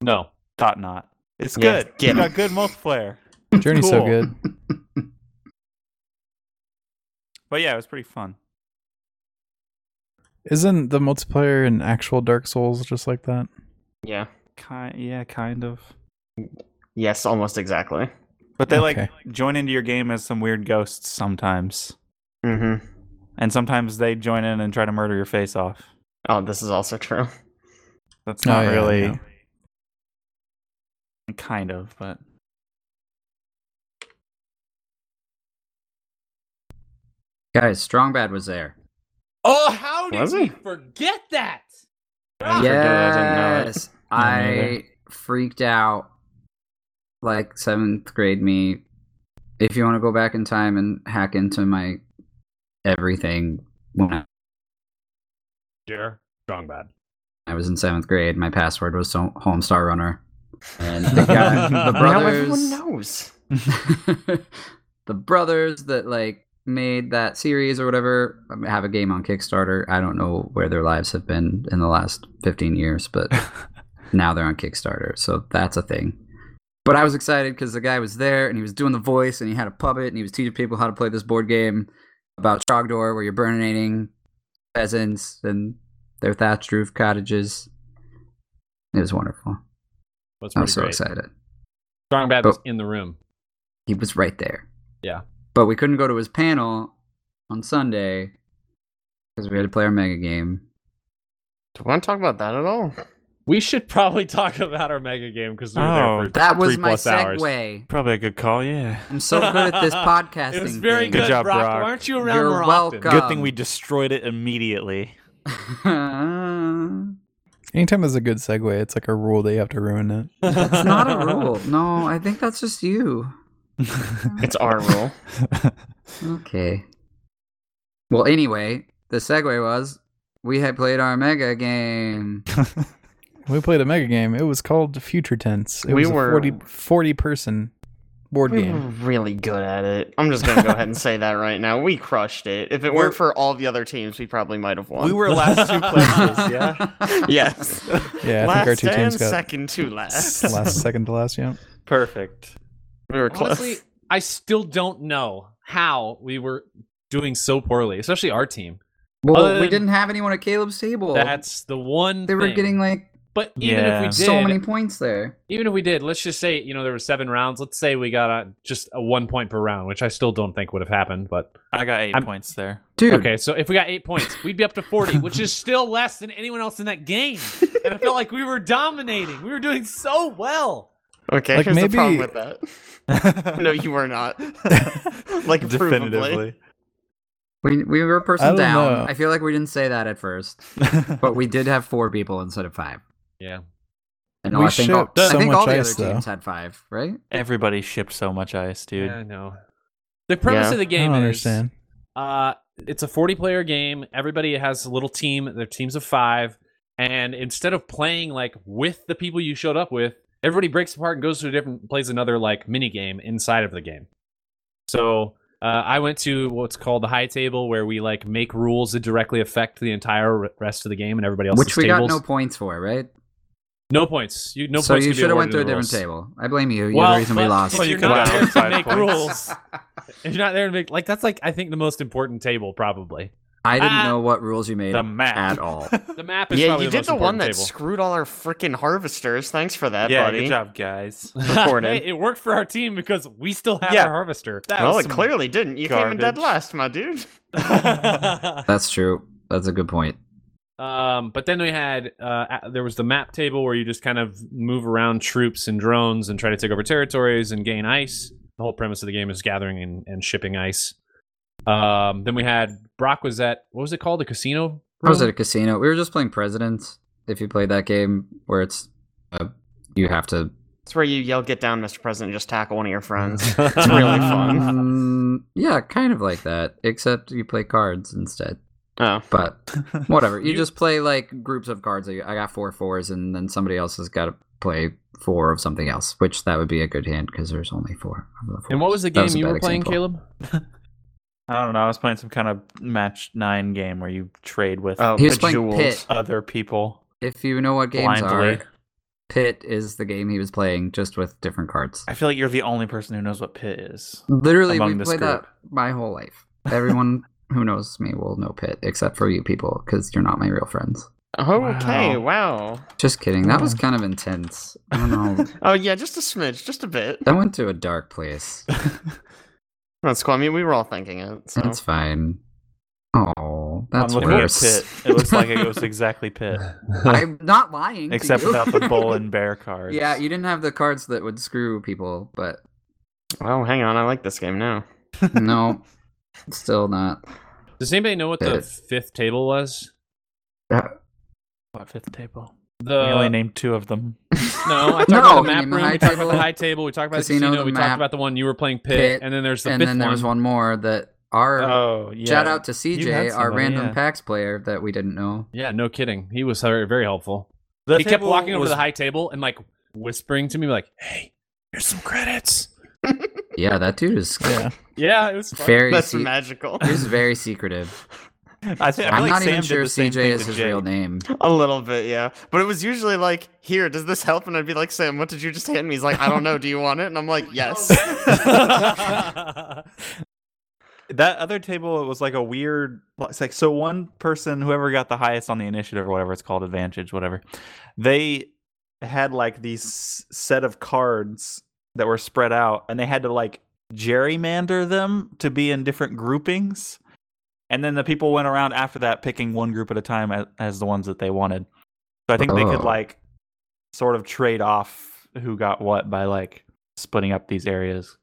S1: No.
S3: Thought not. It's
S2: Yeah,
S3: good.
S2: get
S3: You
S2: 'em.
S3: got good multiplayer.
S5: Journey's so
S3: cool.
S5: good.
S3: But yeah, it was pretty fun.
S5: Isn't the multiplayer in actual Dark Souls just like that?
S2: Yeah.
S3: Kind yeah, kind of.
S2: Yes, almost exactly.
S3: But they
S5: Okay.
S3: like join into your game as some weird ghosts sometimes,
S2: Mm-hmm.
S3: and sometimes they join in and try to murder your face off.
S2: Oh, this is also true.
S3: That's
S5: Oh,
S3: not
S5: yeah,
S3: really
S5: no.
S3: kind of, but
S4: Guys, Strong Bad was there.
S1: Oh, how did
S2: Was
S1: we
S2: he?
S1: forget that?
S2: I forget I didn't know it.
S4: Yes,
S5: I
S4: I,
S5: didn't know it.
S4: freaked out. Like seventh grade me. If you want to go back in time and hack into my everything when I-
S1: Sure. Strong bad.
S4: I was in seventh grade, my password was so- Homestar Runner, and they got the
S2: Now
S4: brothers.
S2: everyone knows.
S4: the brothers that like made that series or whatever um, have a game on Kickstarter. I don't know where their lives have been in the last 15 years, but now they're on Kickstarter. So that's a thing. But I was excited because the guy was there and he was doing the voice and he had a puppet and he was teaching people how to play this board game about Trogdor where you're burninating peasants and their thatched roof cottages. It was wonderful.
S1: That's
S4: I
S1: pretty
S4: was so
S1: great.
S4: excited.
S1: Strong bad
S4: But-
S1: was in the room.
S4: he was right there.
S1: Yeah.
S4: But we couldn't go to his panel on Sunday because we had to play our mega game.
S2: Do we want to talk about that at all?
S1: We should probably talk about our mega game because we were
S3: Oh,
S1: there for
S4: That was
S1: three
S4: my
S1: plus hours.
S4: segue.
S3: probably a good call. Yeah.
S4: I'm so good at this podcasting.
S1: It was very
S4: thing.
S1: good,
S3: Good job,
S1: Brock.
S3: Brock.
S1: Why aren't you around
S4: You're
S1: more often?
S4: welcome.
S3: Good thing we destroyed it immediately.
S5: Anytime there's a good segue, it's like a rule that you have to ruin it.
S4: it's not a rule. No, I think that's just you.
S2: It's our rule.
S4: Okay. Well, anyway, the segue was we had played our mega game.
S5: We played a mega game. It was called Future Tense. It
S2: We
S5: was a
S2: were-
S5: 40, 40 person board
S2: We were
S5: game.
S2: really good at it. I'm just gonna go ahead and say that right now. We crushed it. If it
S3: We're-
S2: weren't for all the other teams, we probably might have won.
S3: we were last two places. Yeah.
S2: yes.
S5: Yeah, I
S2: last
S5: think our two
S2: and
S5: teams got
S2: second to last.
S5: last second to last. Yeah,
S3: Perfect.
S2: We were close.
S1: Honestly, I still don't know how we were doing so poorly, especially our team.
S4: Well,
S1: Other
S4: we
S1: than-
S4: didn't have anyone at Caleb's table.
S1: That's the one.
S4: they were
S1: thing.
S4: getting like
S1: But even if we
S3: Yeah.
S1: did,
S4: so many points there.
S1: even if we did, let's just say you know there were seven rounds. Let's say we got a, just a one point per round, which I still don't think would have happened. But
S3: I got 8
S1: I'm-
S3: points there.
S4: Dude,
S1: okay, so if we got eight points, we'd be up to forty, which is still less than anyone else in that game. And I felt like we were dominating. We were doing so well.
S2: Okay,
S5: Like,
S2: here's the problem
S5: maybe-
S2: with that. no, you were not. like provably.
S3: definitively.
S4: We we were a
S5: I
S4: person
S5: don't
S4: down.
S5: know.
S4: I feel like we didn't say that at first, but we did have four people instead of five.
S1: Yeah.
S4: And
S5: We
S4: I think all,
S5: shipped so
S4: I think
S5: much
S4: all the
S5: ice,
S4: other
S5: though.
S4: teams had five, right?
S3: Everybody shipped so much ice, dude.
S1: Yeah, I know. The premise
S2: Yeah.
S1: of the
S5: I
S1: game
S5: don't
S1: is
S5: understand.
S1: uh, it's a 40 player game. Everybody has a little team, their teams of five. And instead of playing like with the people you showed up with, everybody breaks apart and goes to a different, plays another like mini game inside of the game. So uh, I went to what's called the high table where we like make rules that directly affect the entire r- rest of the game and everybody else's
S4: Which we
S1: tables.
S4: got no points for, right?
S1: no, points. You, no
S4: so
S1: points
S4: you
S1: can be
S4: should have
S1: awarded
S4: went to a
S1: the
S4: different
S1: rules.
S4: table. I blame you. You're
S1: Well,
S4: the reason we
S1: but
S4: lost.
S1: if
S3: Well,
S1: you're
S3: you could've
S1: not
S3: gotten
S1: there to
S3: five
S1: make
S3: points.
S1: rules, if you're not there to make like that's like I think the most important table probably.
S4: I didn't
S1: Ah.
S4: know what rules you made
S3: The map.
S4: at all.
S1: The map is
S2: Yeah,
S1: probably
S2: you
S1: the
S2: did
S1: most
S2: the one that
S1: important table.
S2: screwed all our freaking harvesters. Thanks for that,
S3: yeah,
S2: buddy.
S3: good job, guys.
S2: recorded.
S1: hey, it worked for our team because we still have
S3: Yeah.
S1: our harvester.
S3: That
S2: Well,
S3: was
S2: it
S3: some-
S2: clearly didn't. You came in dead
S3: garbage.
S2: last, my dude.
S4: That's true. That's a good point.
S1: um, but then we had uh, a- there was the map table where you just kind of move around troops and drones and try to take over territories and gain ice. The whole premise of the game is gathering and, and shipping ice. Um, then we had Brock was at what was it called? The casino.
S4: I was
S1: room?
S4: at a casino. We were just playing presidents. If you played that game, where it's uh, you have to.
S2: That's where you yell, "Get down, Mr. President!" and Just tackle one of your friends. It's really fun.
S4: Mm, yeah, kind of like that, except you play cards instead.
S2: Oh,
S4: But Whatever. You,
S1: You-
S4: just play like groups of cards. I I got four fours, and then somebody else has got to play four of something else, which that would be a good hand because there's only four. Of the
S1: And what was the
S4: That
S1: game
S4: was a
S1: you
S4: bad
S1: were playing,
S4: example.
S1: Caleb?
S3: I don't know. I was playing some kind of match nine game where you trade with
S2: oh,
S4: He was playing
S2: bejeweled.
S4: Pit.
S3: other people
S4: If you know what games
S3: blindly.
S4: are, Pit is the game he was playing, just with different cards.
S3: I feel like you're the only person who knows what pit is.
S4: Literally,
S3: Among
S4: we
S3: this
S4: played that my whole life. Everyone who knows me will no pit except for you people because you're not my real friends.
S2: Okay, wow.
S4: Just kidding. That
S3: Oh.
S4: was kind of intense. I don't know.
S2: Oh yeah, just a smidge, just a bit.
S4: that went to a dark place.
S3: Oh.
S2: That's cool. I mean, we were all thinking it. So.
S4: That's fine. Oh, that's
S3: I'm looking
S4: worse.
S3: at Pit. It looks like it goes exactly Pit,
S4: I'm not lying. to
S3: except
S4: you.
S3: without the bull and bear cards.
S4: Yeah, you didn't have the cards that would screw people, but
S2: Oh, hang on. I like this game now.
S4: no, still not.
S1: Does anybody know what the
S4: Yes.
S1: fifth table was?
S3: What fifth table?
S4: Uh,
S1: The
S3: we only named two of them.
S1: no, I talked
S4: No,
S1: about the
S4: we
S1: map
S4: named the
S1: room.
S4: high
S1: we talked about
S4: table,
S1: the high table. We talked about
S4: casino,
S1: the casino.
S4: the
S1: we talked
S4: map,
S1: about the one you were playing pit,
S4: pit,
S1: and then there's the
S4: and
S1: fifth
S4: then there was one more that our
S3: Oh yeah.
S4: er, shout out to
S3: You
S4: CJ,
S3: had
S4: our
S3: somebody,
S4: random
S3: yeah.
S4: PAX player that we didn't know.
S1: Yeah, no kidding. He was very, very helpful.
S3: The
S1: he kept
S3: table
S1: walking over
S3: was-
S1: to the high table and like whispering to me, like, "Hey, here's some credits."
S4: Yeah, that dude is
S5: Yeah.
S1: Yeah, it was fun.
S4: very.
S2: That's
S4: se-
S2: magical.
S4: He's very secretive.
S3: I think I feel
S4: I'm
S3: like
S4: not
S3: Sam
S4: even
S3: did
S4: sure
S3: the same
S4: CJ
S3: thing
S4: is
S3: to
S4: his
S3: Jake.
S4: real name.
S2: A little bit, yeah. But it was usually like, here, does this help? And I'd be like, Sam, what did you just hand me? He's like, I don't know. Do you want it? And I'm like, yes.
S3: that other table was like a weird it's like so one person whoever got the highest on the initiative or whatever it's called advantage whatever they had like these set of cards that were spread out and they had to like gerrymander them to be in different groupings and then the people went around after that picking one group at a time as, as the ones that they wanted so i think they could
S4: Oh.
S3: like sort of trade off who got what by like splitting up these areas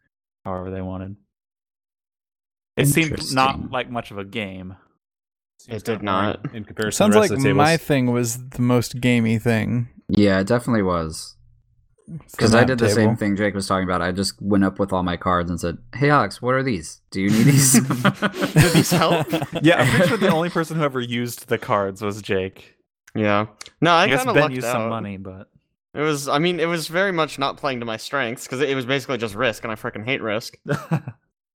S3: however they wanted. It seemed
S4: Interesting.
S3: not like much of a game.
S1: Seems
S2: It did
S1: kinda
S2: not.
S1: boring in comparison.
S5: Sounds
S1: to the rest
S5: like
S1: of the tables.
S5: my thing was the most gamey thing.
S4: Yeah, it definitely was. Because I did the same thing Jake was talking about. I just went up with all my cards and said, "Hey Alex, what are these? Do you need these?"
S2: Did these help?
S3: Yeah, I'm pretty sure the only person who ever used the cards was Jake.
S2: yeah. No, I,
S3: I, guess
S2: kind of
S3: Ben
S2: lucked
S3: used
S2: out.
S3: some money, but
S2: It was, I mean, it was very much not playing to my strengths because it was basically just risk, and I freaking hate risk. But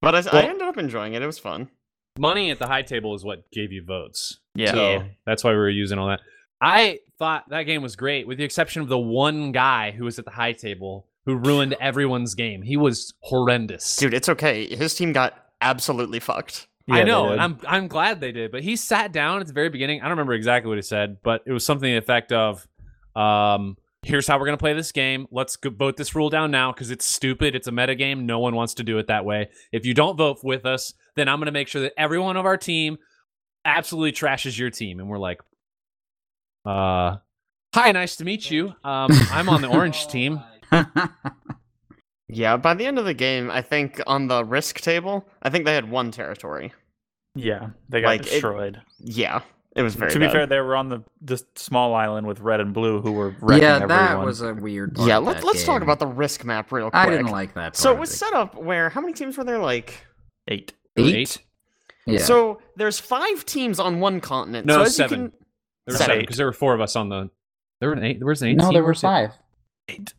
S2: I, I
S1: Well-
S2: ended up enjoying it. It was fun.
S1: Money at the high table is what gave you votes.
S3: yeah.
S1: So that's why we were using all that. I thought that game was great, with the exception of the one guy who was at the high table who ruined everyone's game. He was horrendous.
S2: Dude, it's okay. His team got absolutely fucked.
S1: I know, and I'm I'm glad they did. But he sat down at the very beginning. I don't remember exactly what he said, but it was something to the effect of, um, "Here's how we're gonna play this game. Let's go- vote this rule down now because it's stupid. It's a meta game. No one wants to do it that way. If you don't vote with us, then I'm gonna make sure that everyone of our team absolutely trashes your team." And we're like, "Uh, hi, nice to meet you. Um, I'm on the orange team.
S2: Yeah, by the end of the game, I think on the risk table, I think they had one territory.
S3: yeah, they got
S2: Like, it-
S3: destroyed.
S2: Yeah, it was very
S3: to be
S2: bad.
S3: fair, they were on the this small island with red and blue who were wrecking
S4: yeah,
S3: everyone.
S4: that was a weird. Part
S2: yeah,
S4: of
S2: let,
S4: that
S2: let's talk
S4: game.
S2: about the risk map real quick.
S4: I didn't like that. Part
S2: So it
S4: of
S2: was
S4: the-
S2: set up where how many teams were there? Like
S3: eight.
S4: eight.
S1: Eight?
S4: Yeah.
S2: so, there's five teams on one continent.
S1: No,
S2: so as
S1: seven.
S2: You can,
S1: There were seven
S3: Seven.
S1: because there were four of us on the. There were an eight. There was an eight.
S4: no,
S1: team?
S4: there were
S1: Was it-
S4: five.
S3: Eight.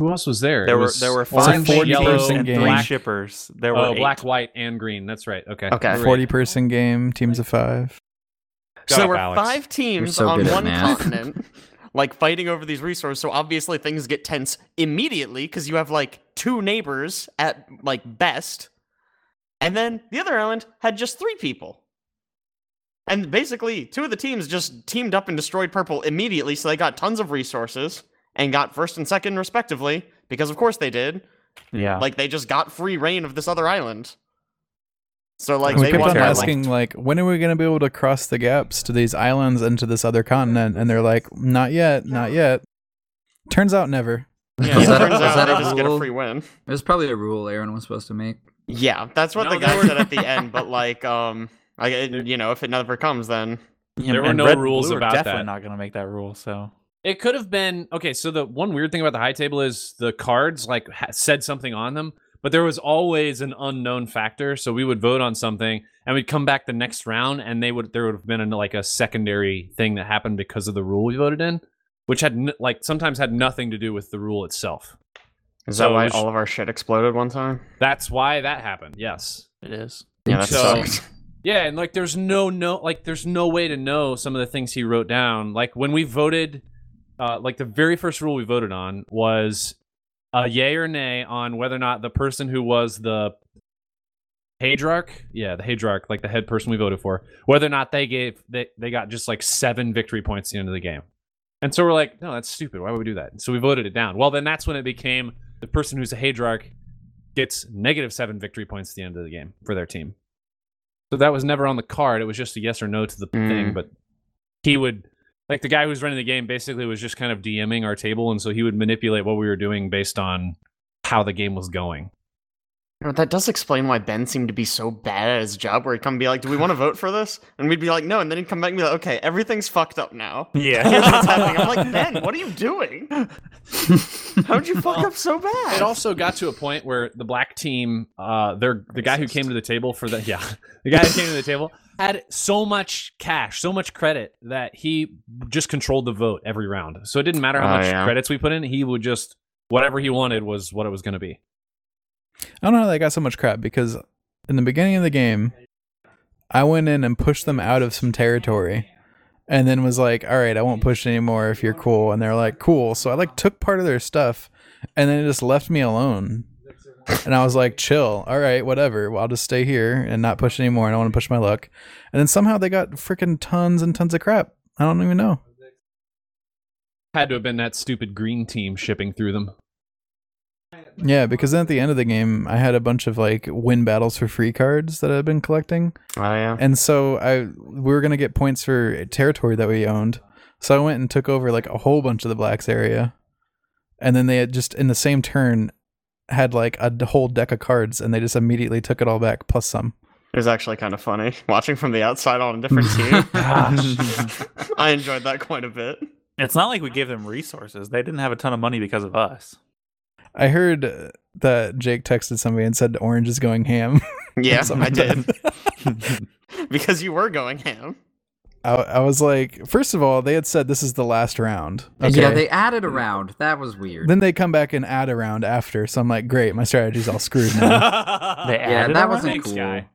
S1: Who else was there?
S3: There
S1: It
S3: were
S1: was
S3: there were
S5: It's a
S3: five
S5: four
S3: yellows
S5: person
S3: and
S5: game.
S3: three
S1: Black-
S3: shippers. There were
S1: Oh,
S3: eight.
S1: black, white, and green. That's right. Okay.
S2: Okay.
S5: Forty person game, teams of five.
S2: so
S1: Shut
S2: there
S1: up,
S2: were
S1: Alex.
S2: five teams
S4: so
S2: on
S4: good at
S2: one
S4: math.
S2: continent, like fighting over these resources. So obviously things get tense immediately because you have like two neighbors at like best, and then the other island had just three people. And basically, two of the teams just teamed up and destroyed purple immediately, so they got tons of resources and got first and second respectively because of course they did.
S3: Yeah.
S2: Like they just got free reign of this other island. So like
S5: And we
S2: they
S5: kept
S2: won
S5: on
S3: wanted, like-
S5: asking, like, when are we going to be able to cross the gaps to these islands and to this other continent? And they're like, not yet, not yet. Turns out, never.
S2: Yeah,
S4: Was
S2: it
S4: that a-
S2: turns
S4: was
S2: out
S4: that
S2: they
S4: a
S2: just get a
S4: rule?
S2: free win.
S4: It was probably a rule Aaron was supposed to make.
S2: Yeah, that's what
S1: No,
S2: the
S1: there
S2: guy
S1: were-
S2: said at the end. But like, um, I you know, if it never comes, then
S1: There were
S3: and
S1: no
S3: red and
S1: rules
S3: blue are
S1: about
S3: definitely
S1: that.
S3: not going to make that rule. So
S1: It could have been okay. So the one weird thing about the high table is the cards like ha- said something on them, but there was always an unknown factor. So we would vote on something, and we'd come back the next round, and they would there would have been an, like a secondary thing that happened because of the rule we voted in, which had n- like sometimes had nothing to do with the rule itself.
S2: is
S1: So
S2: that why
S1: it's-
S2: all of our shit exploded one time?
S1: That's why that happened. Yes.
S3: it is.
S2: Yeah, that
S1: So-
S2: sucked.
S1: Yeah, and like there's no no like there's no way to know some of the things he wrote down. Like when we voted uh like the very first rule we voted on was a yay or nay on whether or not the person who was the Hadrarch, yeah, the Hadrarch, like the head person we voted for, whether or not they gave they, they got just like seven victory points at the end of the game. And so we're like, no, that's stupid. Why would we do that? And so we voted it down. Well, then that's when it became the person who's a Hadrarch gets negative seven victory points at the end of the game for their team. So that was never on the card. It was just a yes or no to the thing.
S2: Mm.
S1: But he would, like the guy who's running the game, basically was just kind of DMing our table, and so he would manipulate what we were doing based on how the game was going.
S2: You know, that does explain why Ben seemed to be so bad at his job, where he'd come and be like, "Do we want to vote for this?" And we'd be like, "No," and then he'd come back and be like, "Okay, everything's fucked up now.
S3: Yeah.
S2: Here's what's happening." I'm like, "Ben, what are you doing? How'd you fuck
S1: Well,
S2: up so bad?"
S1: it also got to a point where the black team, uh, their the guy who came to the table for the yeah, the guy who came to the table had so much cash, so much credit that he just controlled the vote every round. So it didn't matter how
S2: Oh,
S1: much
S2: yeah.
S1: credits we put in; he would just whatever he wanted was what it was going to be.
S5: I don't know how they got so much crap because in the beginning of the game, I went in and pushed them out of some territory and then was like, all right, I won't push anymore if you're cool. And they're like, cool. So I like took part of their stuff and then it just left me alone. And I was like, chill. All right, whatever. Well, I'll just stay here and not push anymore. I don't want to push my luck. And then somehow they got freaking tons and tons of crap. I don't even know.
S1: Had to have been that stupid green team shipping through them.
S5: Yeah, because then at the end of the game, I had a bunch of like win battles for free cards that I'd been collecting.
S2: oh yeah.
S5: And so I we were gonna get points for territory that we owned. So I went and took over like a whole bunch of the blacks area, and then they had just in the same turn had like a d- whole deck of cards, and they just immediately took it all back plus some.
S2: It was actually kind of funny watching from the outside on a different
S1: Oh,
S2: team.
S3: Gosh.
S2: I enjoyed that quite a bit.
S3: It's not like we gave them resources. They didn't have a ton of money because of us.
S5: I heard uh, that Jake texted somebody and said Orange is going ham.
S2: Yeah,
S5: Something
S2: I
S5: like that.
S2: did because you were going ham.
S5: I, I was like, first of all, they had said this is the last round.
S4: Yeah, they added a round. That was weird.
S5: then they come back and add a round after. So I'm like, great, my strategy's all screwed now.
S3: They
S1: yeah.
S4: yeah,
S3: added
S4: that
S3: a
S4: wasn't
S3: round?
S4: cool.
S1: guy.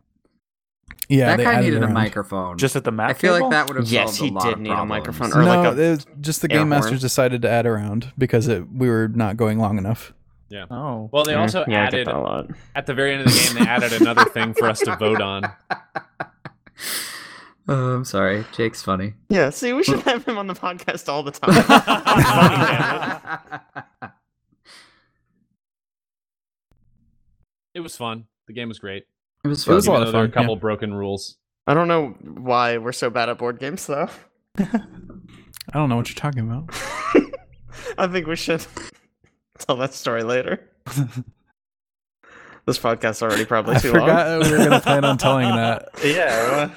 S5: yeah,
S4: that
S5: they
S4: guy
S5: added
S4: needed a,
S5: round.
S4: microphone.
S3: Just at the map.
S4: I feel
S3: table?
S4: like that would have
S2: Yes,
S4: solved
S2: he
S4: a lot
S2: did
S4: of
S2: need a
S4: problems.
S2: microphone or-
S5: no,
S2: like a
S5: it was just the
S2: air
S5: game master
S2: horn.
S5: decided to add a round because it, we were not going long enough.
S3: Oh.
S1: Well, they also
S2: Mm, yeah, I get
S1: added
S2: that a lot.
S1: at the very end of the game. They added another thing for us to vote on.
S4: Oh,
S5: Um,
S4: I'm sorry, Jake's funny.
S2: Yeah, see, we should have him on the podcast all the time. Funny, damn
S1: It was fun. The game was great.
S4: It was
S5: It
S4: fun.
S5: was a
S1: Even
S5: lot of
S1: though There were a
S5: fun, yeah.
S1: couple broken rules.
S2: I don't know why we're so bad at board games, though.
S5: I don't know what you're talking about.
S2: I think we should tell that story later. this podcast's already probably
S5: I
S2: too
S5: forgot
S2: long.
S5: that we were going to plan on telling that.
S3: Yeah.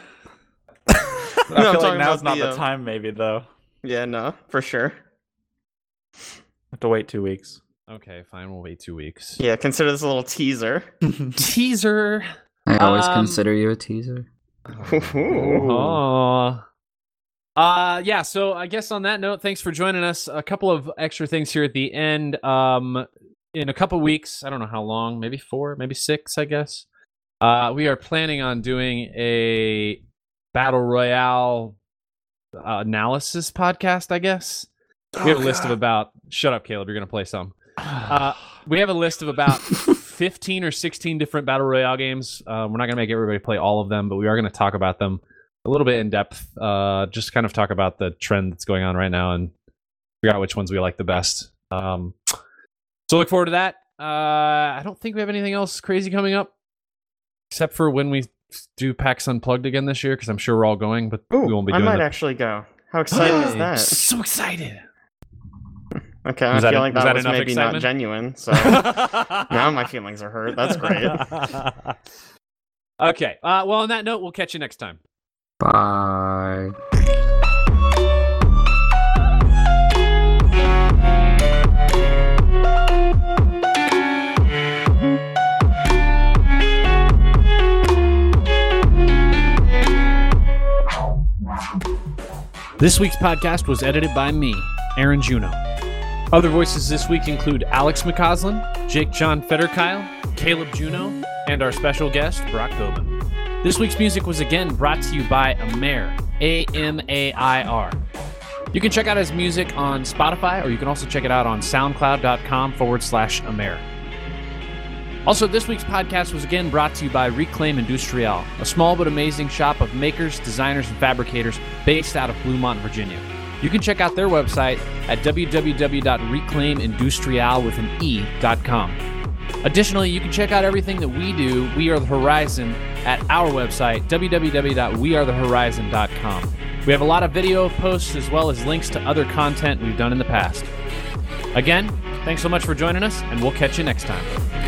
S2: No,
S3: I
S2: I'm
S3: feel
S2: talking
S3: like now's
S2: about
S3: not the,
S2: uh,
S3: time, maybe, though.
S2: Yeah, no, for sure.
S3: Have to wait two weeks.
S1: Okay, fine. We'll wait two weeks.
S2: Yeah, consider this a little teaser.
S1: Teaser.
S4: I always
S1: Um,
S4: consider you a teaser.
S2: Ooh.
S1: Oh. Uh yeah, so I guess on that note, thanks for joining us. A couple of extra things here at the end. Um in a couple weeks, I don't know how long, maybe 4, maybe 6, I guess. Uh we are planning on doing a battle royale uh, analysis podcast, I guess. We have a list of about Shut up, Caleb, you're going to play some. Uh, we have a list of about 15 or 16 different battle royale games. Uh, we're not going to make everybody play all of them, but we are going to talk about them a little bit in depth. Uh, just kind of talk about the trend that's going on right now and figure out which ones we like the best. Um, so look forward to that. Uh, I don't think we have anything else crazy coming up, except for when we do PAX Unplugged again this year, because I'm sure we're all going, but we won't be
S2: I
S1: doing
S2: might
S1: the-
S2: actually go. How exciting is
S1: I'm
S2: that?
S1: so excited.
S2: Okay, I
S1: Was
S2: feel
S1: that en-
S2: like
S1: was
S2: that,
S1: that
S2: was
S1: enough
S2: maybe not
S1: excitement?
S2: genuine. So now
S3: now
S2: my feelings are hurt. That's great.
S1: okay. Uh, well, on that note, we'll catch you next time.
S4: Bye.
S1: This week's podcast was edited by me, Aaron Juno. Other voices this week include Alex McCausland, Jake John Federkyle, Caleb Juno, and our special guest, Brock Gobin. This week's music was again brought to you by Amair, A M A I R. You can check out his music on Spotify, or you can also check it out on soundcloud.com forward slash Amair. Also, this week's podcast was again brought to you by Reclaim Industrial, a small but amazing shop of makers, designers, and fabricators based out of Bluemont, Virginia. You can check out their website at www.reclaimindustrial with an e dot com. Additionally, you can check out everything that we do, We Are the Horizon, at our website, www.wearethehorizon.com. We have a lot of video posts as well as links to other content we've done in the past. Again, thanks so much for joining us, and we'll catch you next time.